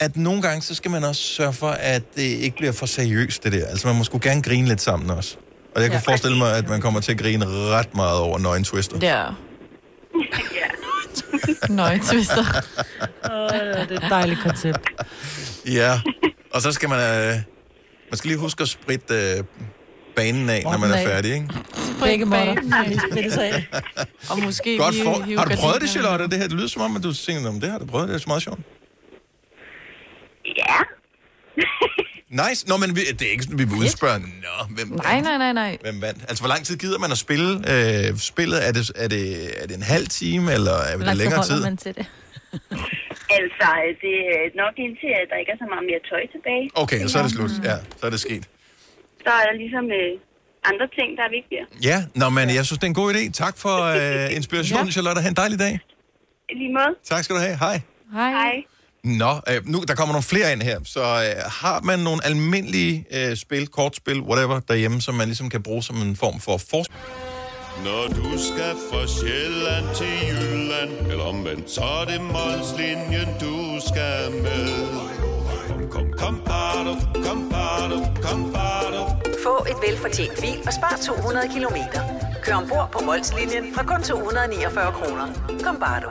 S1: at nogle gange, så skal man også sørge for, at det ikke bliver for seriøst, det der. Altså, man må sgu gerne grine lidt sammen også. Og jeg kan
S6: Ja.
S1: ja. forestille mig, at man kommer til at grine ret meget over Nøgen Twister.
S6: Ja. Nøje twister.
S4: det er et dejligt koncept.
S1: Ja, og så skal man... Øh, man skal lige huske at spritte øh, banen af, når man
S6: Banen
S1: er
S6: af.
S1: færdig, ikke?
S4: Begge måder.
S6: Og måske
S1: Godt
S6: lige hive
S1: for. Har du prøvet det,
S6: gardinerne.
S1: Charlotte? Det her det lyder som om, at du tænker, om det har du prøvet, det er så meget sjovt.
S18: Ja.
S1: Nice. Nå, men vi, det er ikke sådan, vi vil udspørge, nå, hvem
S6: Nej, nej, nej, nej.
S1: Hvem vandt? Altså, hvor lang tid gider man at spille øh, spillet? Er det, er, det, er det en halv time, eller er det længere tid?
S3: til det?
S18: altså, det er nok indtil, at der ikke er så meget mere tøj tilbage.
S1: Okay, og så er det slut. Ja, så er det sket.
S18: Der er ligesom øh, andre ting, der er vigtigere.
S1: Ja, nå, men jeg synes, det er en god idé. Tak for øh, inspirationen, ja. Charlotte. Ha' en dejlig dag.
S18: I lige måde.
S1: Tak skal du have. Hej.
S6: Hej.
S18: Hej.
S1: Nå, øh, nu der kommer nogle flere ind her. Så øh, har man nogle almindelige øh, spil, kortspil, whatever, derhjemme, som man ligesom kan bruge som en form for forspil?
S16: Når du skal fra Sjælland til Jylland Eller omvendt, så er det Molslinjen, du skal med Kom, kom, kom, bado, kom, bado, kom, bado.
S7: Få et velfortjent bil og spar 200 kilometer. Kør ombord på Molslinjen fra kun 249 kroner. Kom bare du.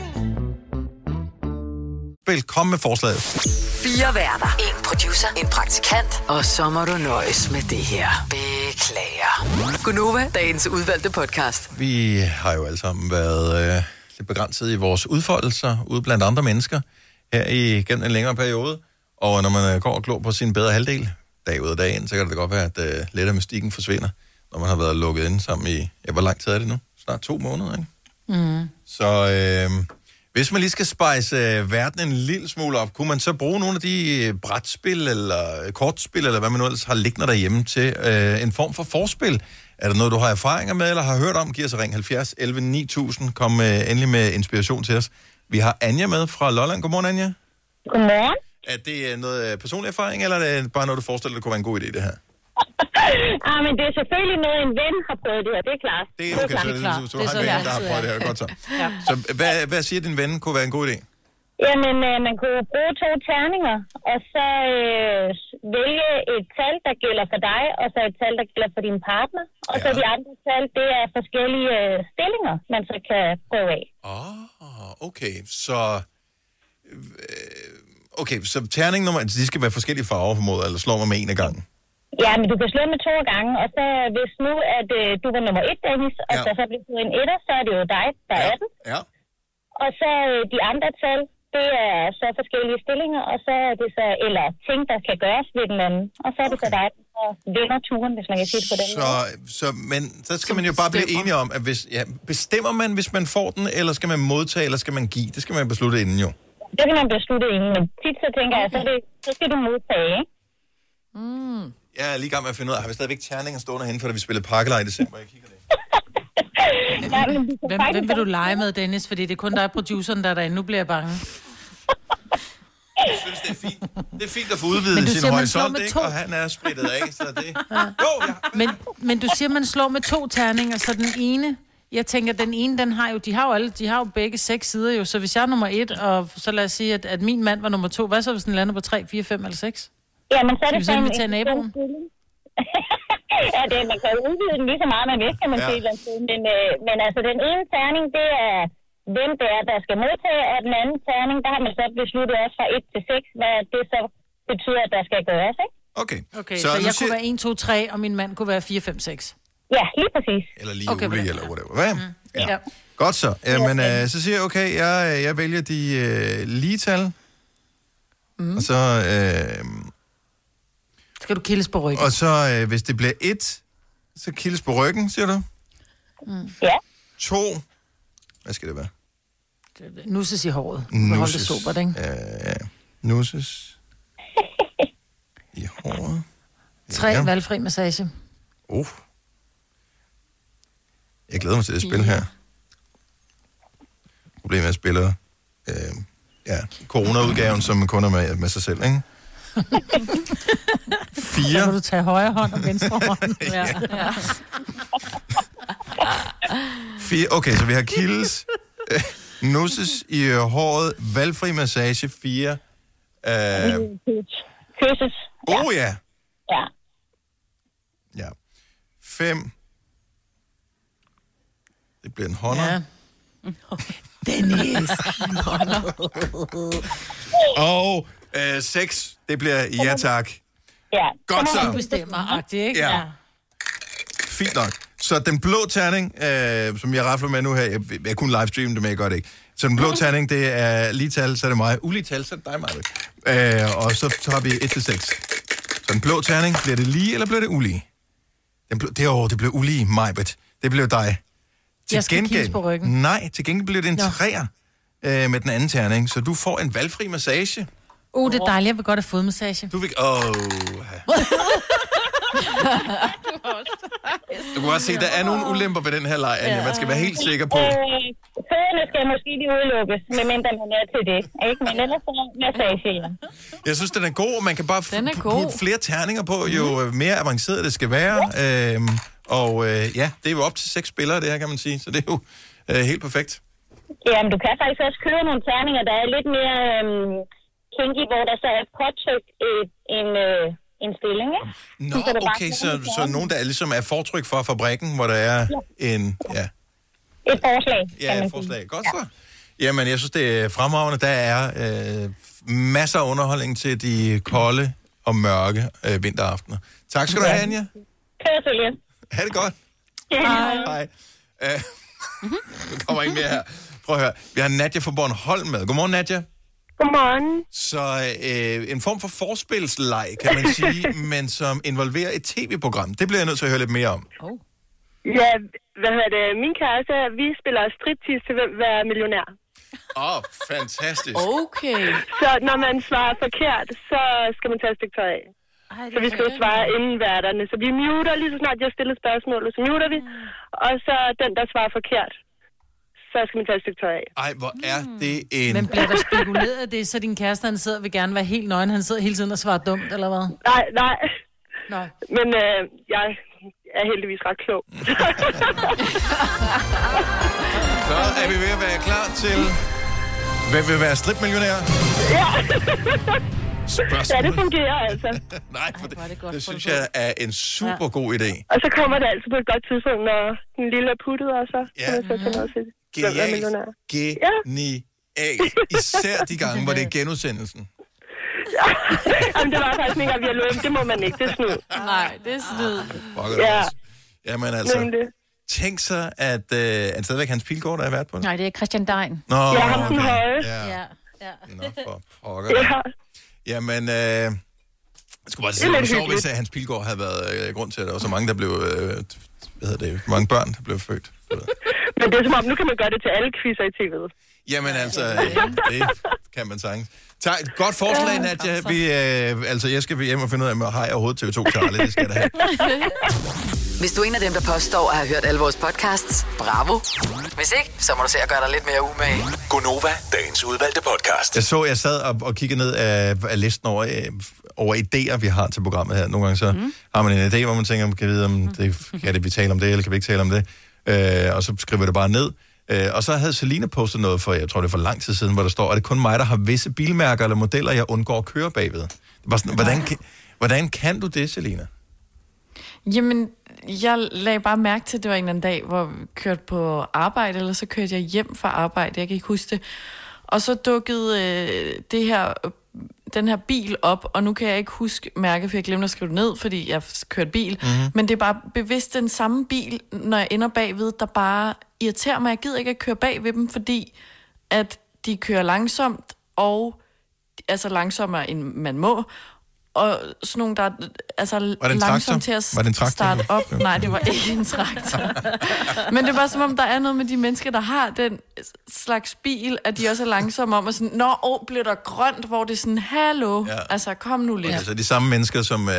S1: Velkommen med forslaget.
S7: Fire værter. En producer. En praktikant. Og så må du nøjes med det her. Beklager. Gunova, dagens udvalgte podcast.
S1: Vi har jo alle sammen været øh, lidt begrænset i vores udfoldelser ude blandt andre mennesker her i gennem en længere periode. Og når man øh, går og klår på sin bedre halvdel, dag ud af dagen, så kan det da godt være, at øh, lidt af mystikken forsvinder, når man har været lukket inde sammen i, ja, hvor lang tid er det nu? Snart to måneder, ikke?
S4: Mm.
S1: Så øh, hvis man lige skal spice øh, verden en lille smule op, kunne man så bruge nogle af de øh, brætspil eller øh, kortspil, eller hvad man nu ellers har liggende derhjemme til, øh, en form for forspil? Er der noget, du har erfaringer med, eller har hørt om? Giv os et ring 70 11 9000. Kom øh, endelig med inspiration til os. Vi har Anja med fra Lolland. Godmorgen, Anja.
S19: Godmorgen.
S1: Er det øh, noget øh, personlig erfaring, eller er det bare noget, du forestiller dig kunne være en god idé, det her?
S19: ah, men det er selvfølgelig noget, en ven har prøvet det her, det er klart.
S1: Det er okay, så det, du, du har en ven, der har prøvet det her. Godt så.
S19: Ja.
S1: Så hvad, hvad siger din ven kunne være en god idé?
S19: Jamen, øh, man kunne jo bruge to terninger, og så øh, vælge et tal, der gælder for dig, og så et tal, der gælder for din partner. Og ja. så de andre tal, det er forskellige øh, stillinger, man så kan prøve af.
S1: Åh, Ah, okay, så... øh, Okay, så terning nummer... altså, De skal være forskellige farver, formoder, eller slår man med en af gangen?
S19: Ja, men du kan slå med to gange, og så hvis nu, at øh, du var nummer et, Dennis, og ja. så, så bliver du en etter, så er det jo dig, der ja. er den.
S1: Ja.
S19: Og så øh, de andre tal, det er så forskellige stillinger, og så er det så, eller ting, der kan gøres ved den anden. Og så er det okay. så dig, der vinder turen, hvis man kan sige det på den
S1: Så, så, men så skal man jo bare blive enige om, at hvis, ja, bestemmer man, hvis man får den, eller skal man modtage, eller skal man give? Det skal man beslutte inden jo.
S19: Det kan man beslutte inden, men tit så tænker jeg, så, er det, så skal du modtage, ikke? Mm.
S1: Jeg er lige i gang med at finde ud af, har vi stadigvæk terninger stående henne, for da vi spillede pakkelej i december? Jeg kigger lidt.
S4: Hvem, hvem vil du lege med, Dennis? Fordi det er kun dig, produceren, der er derinde. Nu bliver jeg bange.
S1: Jeg synes, det er fint. Det er fint at få udvidet
S4: Men du
S1: sin
S4: siger, man slår
S1: horisont,
S4: med
S1: ikke?
S4: to.
S1: Og han er splittet af, så det...
S4: Men, men du siger, man slår med to terninger, så den ene... Jeg tænker, den ene, den har jo, de har jo alle, de har jo begge seks sider jo, så hvis jeg er nummer et, og så lad os sige, at, at min mand var nummer to, hvad så, hvis den lander på tre, fire, fem eller seks?
S19: Ja, men så er
S4: Skal
S19: det
S4: vi så
S19: sådan
S4: invitere naboen?
S19: ja, det, man kan jo udvide den lige så meget, man vil, kan man
S4: Ja.
S19: ja. sige. et eller andet sted. Men, øh, men altså, den ene terning, det er, hvem det er, der skal modtage, og den anden terning, der har man så besluttet også fra 1 til 6, hvad det så betyder, at der skal gøres, ikke?
S1: Okay.
S4: Okay,
S1: Så
S4: så, så
S1: nu
S4: jeg
S1: siger-
S4: kunne være 1, 2, 3, og min mand kunne være 4, 5, 6.
S19: Ja, lige præcis.
S1: Eller lige okay, ulig, eller whatever. Hvad? Mm.
S4: Ja. ja.
S1: Godt så. Jamen, øh, så siger jeg, okay, jeg, øh, jeg vælger de øh, lige tal. Mm. Og så... Øh,
S4: Skal du kildes på ryggen?
S1: og så, øh, hvis det bliver et, så kildes på ryggen, siger du?
S4: Mm.
S19: Ja.
S1: To. Hvad skal det være?
S4: Nusses i håret. Nu holde det
S1: Nusses.
S4: sobert, ikke?
S1: Øh, nusses. I håret.
S4: Tre ja. valgfri massage.
S1: Uh. Jeg glæder mig til det spil her. Problemet er, at jeg spiller øh, ja, corona-udgaven, som kun er med, med sig selv, ikke?
S4: Så må
S1: Fire.
S4: du tage højre hånd og venstre hånd. ja. ja.
S1: fire. Okay, så vi har kildes, øh, nusses i øh, håret, valgfri massage, fire. Øh,
S19: Kysses.
S1: oh ja,
S19: Ja.
S1: fem. Det bliver en hånder.
S4: Ja.
S1: Dennis. Og øh, seks, det bliver ja tak.
S19: ja.
S1: Godt så.
S4: Du bestemmer, agtigt, ikke?
S1: Ja. Fint nok. Så den blå terning, øh, som jeg rafler med nu her, jeg, jeg kunne livestreame det, men jeg gør det ikke. Så den blå terning, det er lige tal, så er det mig. Ulige tal, så er det dig, mig. Øh, og så tager vi 1-6. Så den blå terning, bliver det lige, eller bliver det ulige? Den blå, det, åh, det blev ulige, Majbet. Det blev dig.
S4: Jeg skal kigges på ryggen.
S1: Nej, til gengæld blev det en træer øh, med den anden terning, så du får en valgfri massage.
S4: Uh, det er dejligt. Jeg vil godt have fodmassage.
S1: Du vil... Åh, oh, Du kan også se, der er nogle ulemper ved den her leg, Anja. Man skal være helt sikker på.
S15: Øh, fødderne skal måske lige udelukkes, medmindre man er til det. Ikke? Men ellers så massage. ja.
S1: Jeg synes, den er god, og man kan bare den putte flere terninger på, jo øh, mere avanceret det skal være. Øhm, og øh, ja, det er jo op til seks spillere, det her, kan man sige. Så det er jo øh, helt perfekt.
S15: Jamen, du kan faktisk også købe nogle terninger, der er lidt mere øhm, kinky, hvor der så er påtrykt et, en, øh, en stilling. Ikke?
S1: Nå,
S15: er det bare
S1: okay, så,
S15: sådan,
S1: så nogen, der er ligesom er fortryk fra fabrikken, hvor der er en... Ja,
S15: Et forslag, kan
S1: ja
S15: man
S1: et forslag. Godt så. Jamen, jeg synes, det er fremragende. Der er øh, masser af underholdning til de kolde og mørke øh, vinteraftener. Tak skal du have, Anja.
S15: Kære Sølje.
S1: Ha' det godt.
S15: Hej.
S1: Hej. Øh, der kommer ikke mere her. Prøv at høre. Vi har Nadja fra Bornholm med. Godmorgen, Nadja.
S8: Godmorgen.
S1: Så øh, en form for forspilsleg, kan man sige, men som involverer et tv-program. Det bliver jeg nødt til at høre lidt mere om.
S8: Ja, hvad hedder det? Min kæreste, vi spiller striptease til hvem vil være millionær.
S1: Åh, oh, fantastisk.
S8: Okay. Så når man svarer forkert, så skal man tage et stykke tøj af. Så vi skal jo svare inden værterne. Så vi muter lige så snart, jeg stiller spørgsmålet, så muter vi. Og så den, der svarer forkert, så skal man tage et stykke tøj af.
S1: Ej, hvor er det en...
S4: Men bliver der spekuleret af det, så din kæreste, han sidder og vil gerne være helt nøgen, han sidder hele tiden og svarer dumt, eller hvad?
S8: Nej, nej.
S4: Nå.
S8: Men øh, jeg er heldigvis ret klog.
S1: Så er vi ved at være klar til... Hvem vil være stripmillionær?
S8: ja.
S1: Spørgsmål.
S8: Ja, det fungerer altså.
S1: Nej, for det, det, det synes jeg er en super god idé.
S8: Og så kommer det altså på et godt tidspunkt, når den lille er puttet, og så ja. kan man så tage noget til. Hvem er
S1: Genialt.
S8: millionær?
S1: Genialt. Især de gange, hvor det er genudsendelsen.
S8: Jamen, det var faktisk ikke, at vi har løbet. Det må man ikke. Det er snyd.
S6: Nej, det er snyd.
S1: Fuck ja.
S8: Ja.
S1: Jamen altså,
S8: Nemlig.
S1: tænk så, at øh, er det stadigvæk Hans Pilgaard, der er vært på det.
S4: Nej, det er Christian Dein.
S1: Nå, Ja, ham den Ah, okay. høje.
S4: Ja.
S1: Ja.
S4: ja.
S1: Pokker. Ja. Jamen, øh, jeg skulle bare
S8: Det er
S1: sige, det var
S8: lidt
S1: sjovt, hvis
S8: hyggeligt.
S1: øh, Hans Pilgaard havde været øh, grund til, at der var så mange, der blev... Øh, hvad hedder det? Mange børn, der blev født.
S8: Men det er som om, nu kan man gøre det til alle quizzer i tv'et.
S1: Jamen altså, øh, det kan man sagtens. Tak, godt forslag, Nadja. Vi, øh, altså, jeg skal hjem og finde ud af, om jeg har jeg overhovedet TV2 Charlie. Det skal der have.
S7: Hvis du er en af dem, der påstår at have hørt alle vores podcasts, bravo. Hvis ikke, så må du se at gøre dig lidt mere umage.
S12: Gonova, dagens udvalgte podcast.
S1: Jeg så, jeg sad og, og kiggede ned af, af listen over, øh, over idéer, vi har til programmet her. Nogle gange så
S6: Mhm.
S1: mm. har man en idé, hvor man tænker, man kan vide, om det, kan det, vi tale om det, eller kan vi ikke tale om det? Øh, og så skriver jeg det bare ned. Øh, og så havde Selina postet noget for, jeg tror det er for lang tid siden, hvor der står, at det er kun mig, der har visse bilmærker eller modeller, jeg undgår at køre bagved. Det var sådan, hvordan, kan, hvordan kan du det, Selina?
S6: Jamen, jeg lagde bare mærke til, at det var en eller anden dag, hvor vi kørte på arbejde, eller så kørte jeg hjem fra arbejde, jeg kan ikke huske det. Og så dukkede øh, det her, den her bil op, og nu kan jeg ikke huske mærke, for jeg glemte at skrive det ned, fordi jeg kørte bil.
S20: Mhm.
S6: Mm-hmm. Men det er bare bevidst den samme bil, når jeg ender bagved, der bare irriterer mig. Jeg gider ikke at køre bag ved dem, fordi at de kører langsomt, og altså langsommere end man må, og sådan nogle, der er altså,
S1: Var det en traktor?
S6: langsomt til at
S1: Var det en traktor?
S6: starte op. Nej, det var ikke en traktor. Men det var som om, der er noget med de mennesker, der har den slags bil, at de også er langsomme om, og sådan, nå, åh, bliver der grønt, hvor det er sådan, hallo, ja. altså, kom nu lidt.
S1: Ja. Altså de samme mennesker, som øh,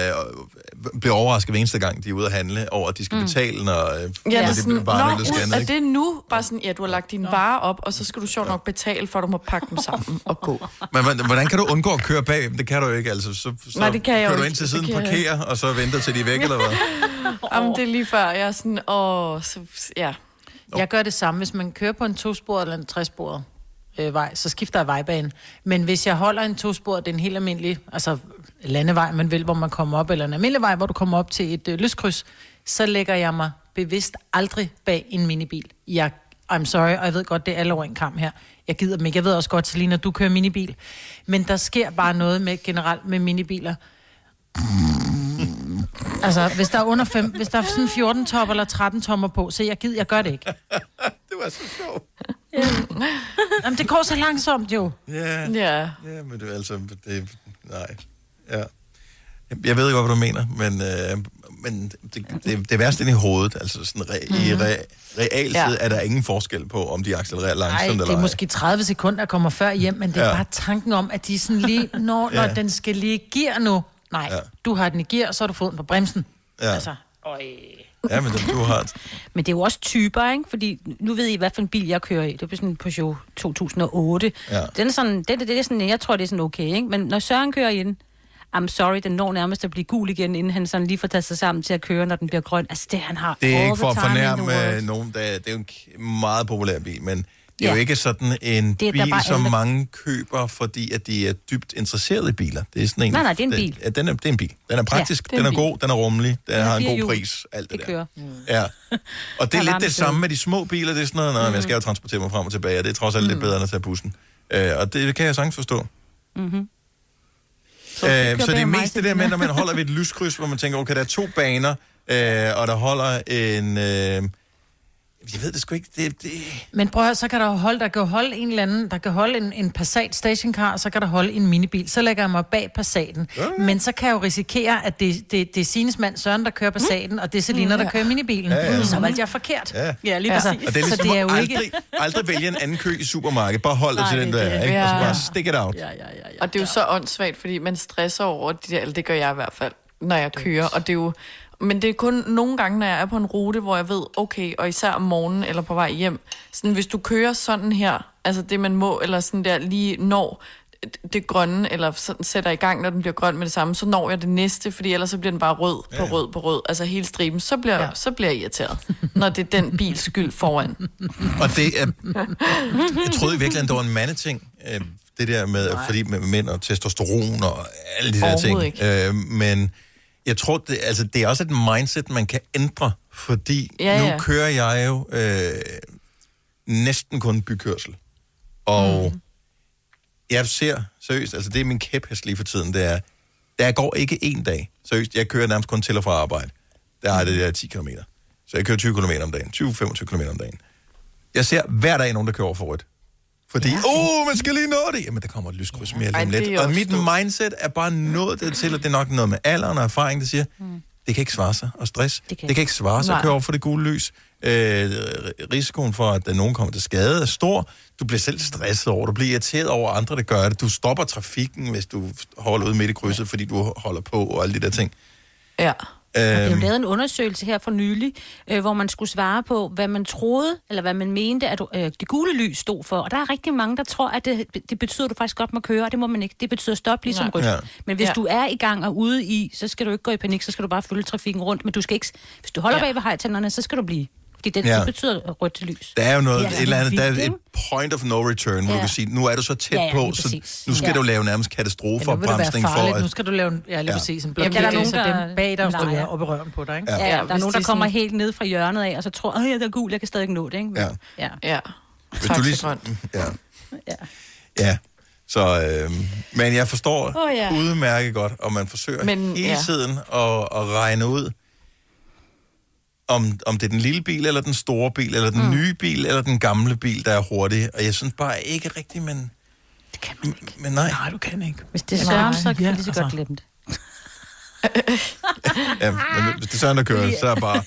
S1: bliver overrasket hver eneste gang, de er ude at handle over, at de skal
S6: Mm.
S1: mm. betale, når, øh,
S6: Ja, det er
S1: når det bliver
S6: sådan,
S1: bare
S6: bare
S1: lidt
S6: nå, ud,
S1: scannet.
S6: er det nu? Bare sådan, ja, du har lagt dine varer op, og så skal du sjovt nok betale, for at du må pakke dem sammen og gå.
S1: Men hvordan- hvordan kan du undgå at køre bag? Det kan du jo ikke, altså. Så, så
S6: Nej, det kan jeg
S1: kører
S6: jo
S1: du
S6: ikke.
S1: ind til
S6: Det
S1: siden,
S6: kan jeg
S1: parkerer, og så venter til de er væk, eller hvad?
S6: Jamen, det er lige før, jeg er sådan, åh, så, ja.
S4: Jeg gør det samme, hvis man kører på en tosporet eller en tresporet øh, vej, så skifter jeg vejbane. Men hvis jeg holder en tosporet, det er en helt almindelig altså landevej, man vil, hvor man kommer op, eller en almindelig vej, hvor du kommer op til et øh, lyskryds, så lægger jeg mig bevidst aldrig bag en minibil. Jeg, I'm sorry, og jeg ved godt, det er alle over en kamp her. Jeg gider dem ikke. Jeg ved også godt, Selina, du kører minibil. Men der sker bare noget med generelt med minibiler. Altså, hvis der er under 5, hvis der er sådan 14 tommer eller 13 tommer på, så jeg gider, jeg gør det ikke.
S1: Det var så sjovt.
S4: Jamen, det går så langsomt jo.
S1: Ja.
S6: Ja.
S1: Ja, men det er altså... Det, nej. Ja. Jeg ved godt, hvad du mener, men, øh, men det, det, det er værst inde i hovedet. Altså sådan re, mm.
S6: Mhm.
S1: i re, realtid
S4: Ja.
S1: ja. er der ingen forskel på, om de accelererer
S4: Nej,
S1: langsomt eller
S4: det er
S1: ej.
S4: måske 30 sekunder, jeg kommer før hjem, men det er ja.
S1: Ja.
S4: bare tanken om, at de er sådan lige, når, når ja.
S1: Ja.
S4: den skal lige i gear nu. Nej, ja.
S1: Ja.
S4: du har den i gear, så har du foden på bremsen.
S1: Ja.
S3: Altså, øj.
S1: Ja, men den, du har...
S3: Men det er jo også typer, ikke? Fordi nu ved I, hvad for en bil jeg kører i. Det er sådan en Peugeot 2008.
S1: Ja.
S3: Den er sådan, det, det, det er sådan, jeg tror, det er sådan okay, ikke? Men når Søren kører i den, I'm sorry, den når nærmest at blive gul igen, inden han sådan lige får taget sig sammen til at køre, når den bliver grøn. Altså, det han har
S1: Det er
S3: all
S1: ikke
S3: the
S1: for at
S3: time in the world.
S1: fornærme øh, nogen, der, det er jo en k- meget populær bil, men det er jo
S3: Ja.
S1: ikke sådan en
S3: Det er der
S1: bil,
S3: bare
S1: som
S3: alle-
S1: mange køber, fordi at de er dybt interesserede i biler. Det er sådan en,
S3: Nej, nej, det er en
S1: den-
S3: bil.
S1: Ja, den er, det er en bil. Den er praktisk,
S3: det er
S1: ja, den, er
S3: en bil.
S1: god, den er rummelig, den,
S3: Den
S1: den
S3: har
S1: har en
S3: fire
S1: god
S3: hjul.
S1: pris, alt det,
S3: Det
S1: der.
S3: kører.
S1: Ja. Og det
S3: Der
S1: er
S3: er
S1: lidt det
S3: varmt
S1: samme med de små biler, det er sådan noget, nej, men
S3: Mm.
S1: jeg skal jo transportere mig frem og tilbage, og det er trods alt lidt bedre end at tage bussen. Øh, og det kan jeg sagtens forstå.
S3: Mm-hmm.
S1: Så, øh,
S3: kører
S1: så det er
S3: bag mig,
S1: mest det der med, når man holder ved et lyskryds, hvor man tænker, okay, der er to baner, øh, og der holder en... Øh, jeg ved det sgu ikke. Det, det,
S4: Men prøv at høre, så kan der jo holde, der kan jo holde en eller anden, der kan holde en, en Passat stationcar, og så kan der holde en minibil. Så lægger jeg mig bag Passaten. Ja. Men så kan jeg jo risikere, at det, det, det er Sines mand Søren, der kører Passaten, og det er Selina, der kører minibilen.
S1: Mm. Ja,
S4: Ja,
S1: ja.
S4: ja. Så valgte jeg forkert.
S1: Ja.
S4: Altså,
S1: Og det er
S4: så
S1: ligesom
S4: det er
S1: at
S4: jo
S1: aldrig,
S4: ikke...
S1: aldrig vælge en anden kø i supermarkedet. Bare hold dig
S6: Nej,
S1: til den
S6: det er
S1: der,
S6: det.
S1: ikke? Og så
S6: Ja.
S1: bare stick it out. Ja, ja.
S6: Og det er jo så åndssvagt, fordi man stresser over de der, eller det gør jeg i hvert fald, når jeg kører, og det er jo men det er kun nogle gange, når jeg er på en rute, hvor jeg ved, okay, og især om morgenen eller på vej hjem, sådan hvis du kører sådan her, altså det man må, eller sådan der lige når det grønne, eller sådan sætter i gang, når den bliver grøn med det samme, så når jeg det næste, fordi ellers så bliver den bare rød på rød på rød, altså hele striben, så bliver, ja. så bliver jeg irriteret, når det er den bils skyld foran.
S1: Og det er... Jeg troede virkelig, at det var en mandeting. øh, Det der med, fordi med mænd og testosteron og alle de der ting.
S6: Overhovedet
S1: Øh, men jeg tror, det, altså, det er også et mindset, man kan ændre, fordi
S6: Ja,
S1: nu
S6: ja.
S1: kører jeg jo øh, næsten kun bykørsel. Og mm. jeg ser, seriøst, altså det er min kæphest lige for tiden, det er, der går ikke en dag. Seriøst, jeg kører nærmest kun til og fra arbejde. Der er det der 10 km. Så jeg kører 20 km om dagen, 20-25 km om dagen. Jeg ser hver dag nogen, der kører over for rødt. Fordi, ja. oh, man skal lige nå det. Jamen, der kommer et lyskryds mere lige
S6: Ej,
S1: om
S6: det er
S1: lidt.
S6: også
S1: Og mit mindset er bare nået det til, at det er nok noget med alderen og erfaring, der siger, mm. det kan ikke svare sig og stress. Det kan, det kan ikke svare sig at
S6: Nej.
S1: køre over for det gule lys. Øh, risikoen for, at nogen kommer til skade, er stor. Du bliver selv stresset over, du bliver irriteret over andre, der gør det. Du stopper trafikken, hvis du holder ud midt i krydset, fordi du holder på og alle de der ting.
S6: Ja.
S3: Der blev
S1: Øhm,
S3: lavet en undersøgelse her for nylig, øh, hvor man skulle svare på, hvad man troede, eller hvad man mente, at øh, det gule lys stod for. Og der er rigtig mange, der tror, at det, det betyder, at du faktisk godt må køre, og det må man ikke. Det betyder stop ligesom
S4: Nej.
S3: rødt.
S4: Ja.
S3: Men hvis
S4: Ja.
S3: ja. du er i gang og ude i, så skal du ikke gå i panik, så skal du bare følge trafikken rundt. Men du skal ikke, hvis du holder
S4: Ja.
S3: ja. bag ved hejtænderne, så skal du blive. Fordi det,
S1: Ja.
S3: ja. det betyder rødt til lys.
S1: Der er jo noget,
S3: Det er
S1: et eller andet, der er
S3: vildt,
S1: et
S3: ikke?
S1: point of no return, hvor du
S3: Ja.
S1: kan sige, nu er du så tæt
S4: Ja, ja,
S1: på,
S4: lige
S1: så
S4: præcis.
S1: nu skal
S4: Ja.
S1: du lave nærmest
S4: Ja, nu vil det være
S1: katastrofeopbremsning for
S4: farligt.
S1: at...
S4: Nu skal du lave en, ja, lige
S1: Ja.
S4: ja. præcis, en
S3: Jamen,
S4: blokering,
S3: der er
S4: ja,
S3: nogen,
S4: så
S3: der-
S4: dem bag dig
S3: Nej.
S4: står op i røven på dig. Ikke?
S3: Ja, ja, der er
S4: hvis det
S3: nogen, der kommer
S4: sådan-
S3: helt ned fra hjørnet af, og så tror, at det er gul, jeg kan stadig ikke nå det. Ikke? Men- Ja.
S6: ja.
S1: Hvis du lige... Ja. ja. Så, øh, men jeg forstår oh,
S3: Åh,
S1: ja.
S3: ja.
S1: udmærket godt, og man forsøger men,
S6: Men,
S1: hele ja.
S6: ja.
S1: tiden at, at regne ud, om, om det er den lille bil, eller den store bil, eller den mm. nye bil, eller den gamle bil, der er hurtig. Og jeg synes bare ikke rigtigt, men... Det
S3: kan man ikke.
S1: Men nej.
S4: Nej, du kan ikke.
S3: Hvis det er
S4: Nej.
S3: Søren, så kan
S4: Ja,
S3: jeg lige så godt
S4: altså.
S3: glemme det.
S1: Ja, men hvis det er sådan, der kører, så er bare...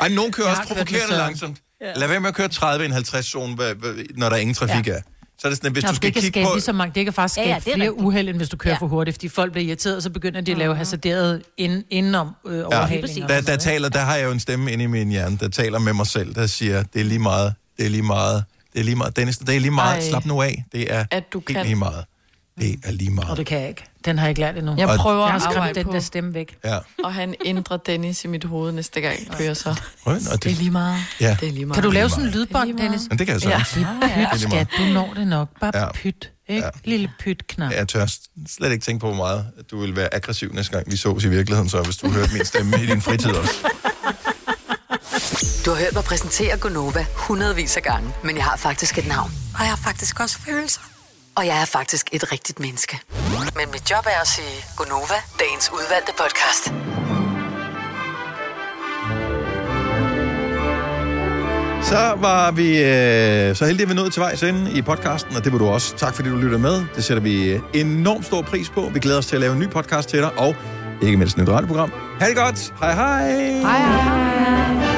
S1: Ej, nogen kører også provokerende langsomt. Ja. Lad være med at køre 30 i en 50 zone, hvad- hvad- når der ingen trafik ja. er. Så er det sådan, at hvis
S4: Nå,
S1: du skal
S4: det kan
S1: kigge
S4: skabe
S1: på...
S4: lige så mange, det kan faktisk
S3: Ja,
S4: skabe
S3: ja,
S4: ja,
S3: det er
S4: flere uheld, end hvis du kører ja. for hurtigt, fordi folk bliver irriteret, og så begynder de at lave hasarderet ind, indenom øh, ja. overhalinger.
S1: der, der, taler, der har jeg jo en stemme inde i min hjerne, der taler med mig selv, der siger, det er lige meget, det er lige meget, det er lige meget. Dennis, det er lige meget, Ej.
S4: Ej.
S1: slap nu af. Det er
S4: At du
S1: helt
S4: kan.
S1: lige meget. Det er lige meget.
S4: Og det kan jeg ikke. Den har jeg ikke lært endnu.
S6: Jeg
S1: Og-
S6: prøver
S4: jeg har
S6: at
S4: skræmt
S6: arbejde
S4: den
S6: på.
S4: der stemme væk.
S1: Ja.
S6: Og han ændrer Dennis i mit hoved næste gang, jeg kører så.
S1: Prøv, og det,
S4: Det er lige meget.
S1: ja.
S6: Det er lige meget.
S4: Kan du
S1: Det er
S4: lave
S1: lige
S4: sådan en
S1: meget.
S4: lydbånd, Dennis?
S1: Men det kan jeg sagtens.
S4: Ja.
S1: Det er
S4: Pyt,
S1: lige
S4: skat,
S1: meget.
S4: du når det nok. Bare
S1: Ja.
S4: ja. pyt, ikke?
S1: Ja.
S4: Ja. Lille pyt-knap.
S1: Jeg tør slet ikke tænke på, hvor meget du vil være aggressiv næste gang, vi sås i virkeligheden, så hvis du hørte min stemme i din fritid også.
S7: Du har hørt mig præsentere Gonova hundredvis af gange, men jeg har faktisk et navn. Og jeg har faktisk også følelser. Og jeg er faktisk et rigtigt menneske. Men mit job er at sige Gonova, dagens udvalgte podcast.
S1: Så var vi øh, så heldige, at vi nåede til vejs ende i podcasten, og det vil du også. Tak fordi du lytter med. Det sætter vi øh, enormt stor pris på. Vi glæder os til at lave en ny podcast til dig, og ikke mindst et nyt radioprogram. Ha' det godt. Hej hej. Hej hej.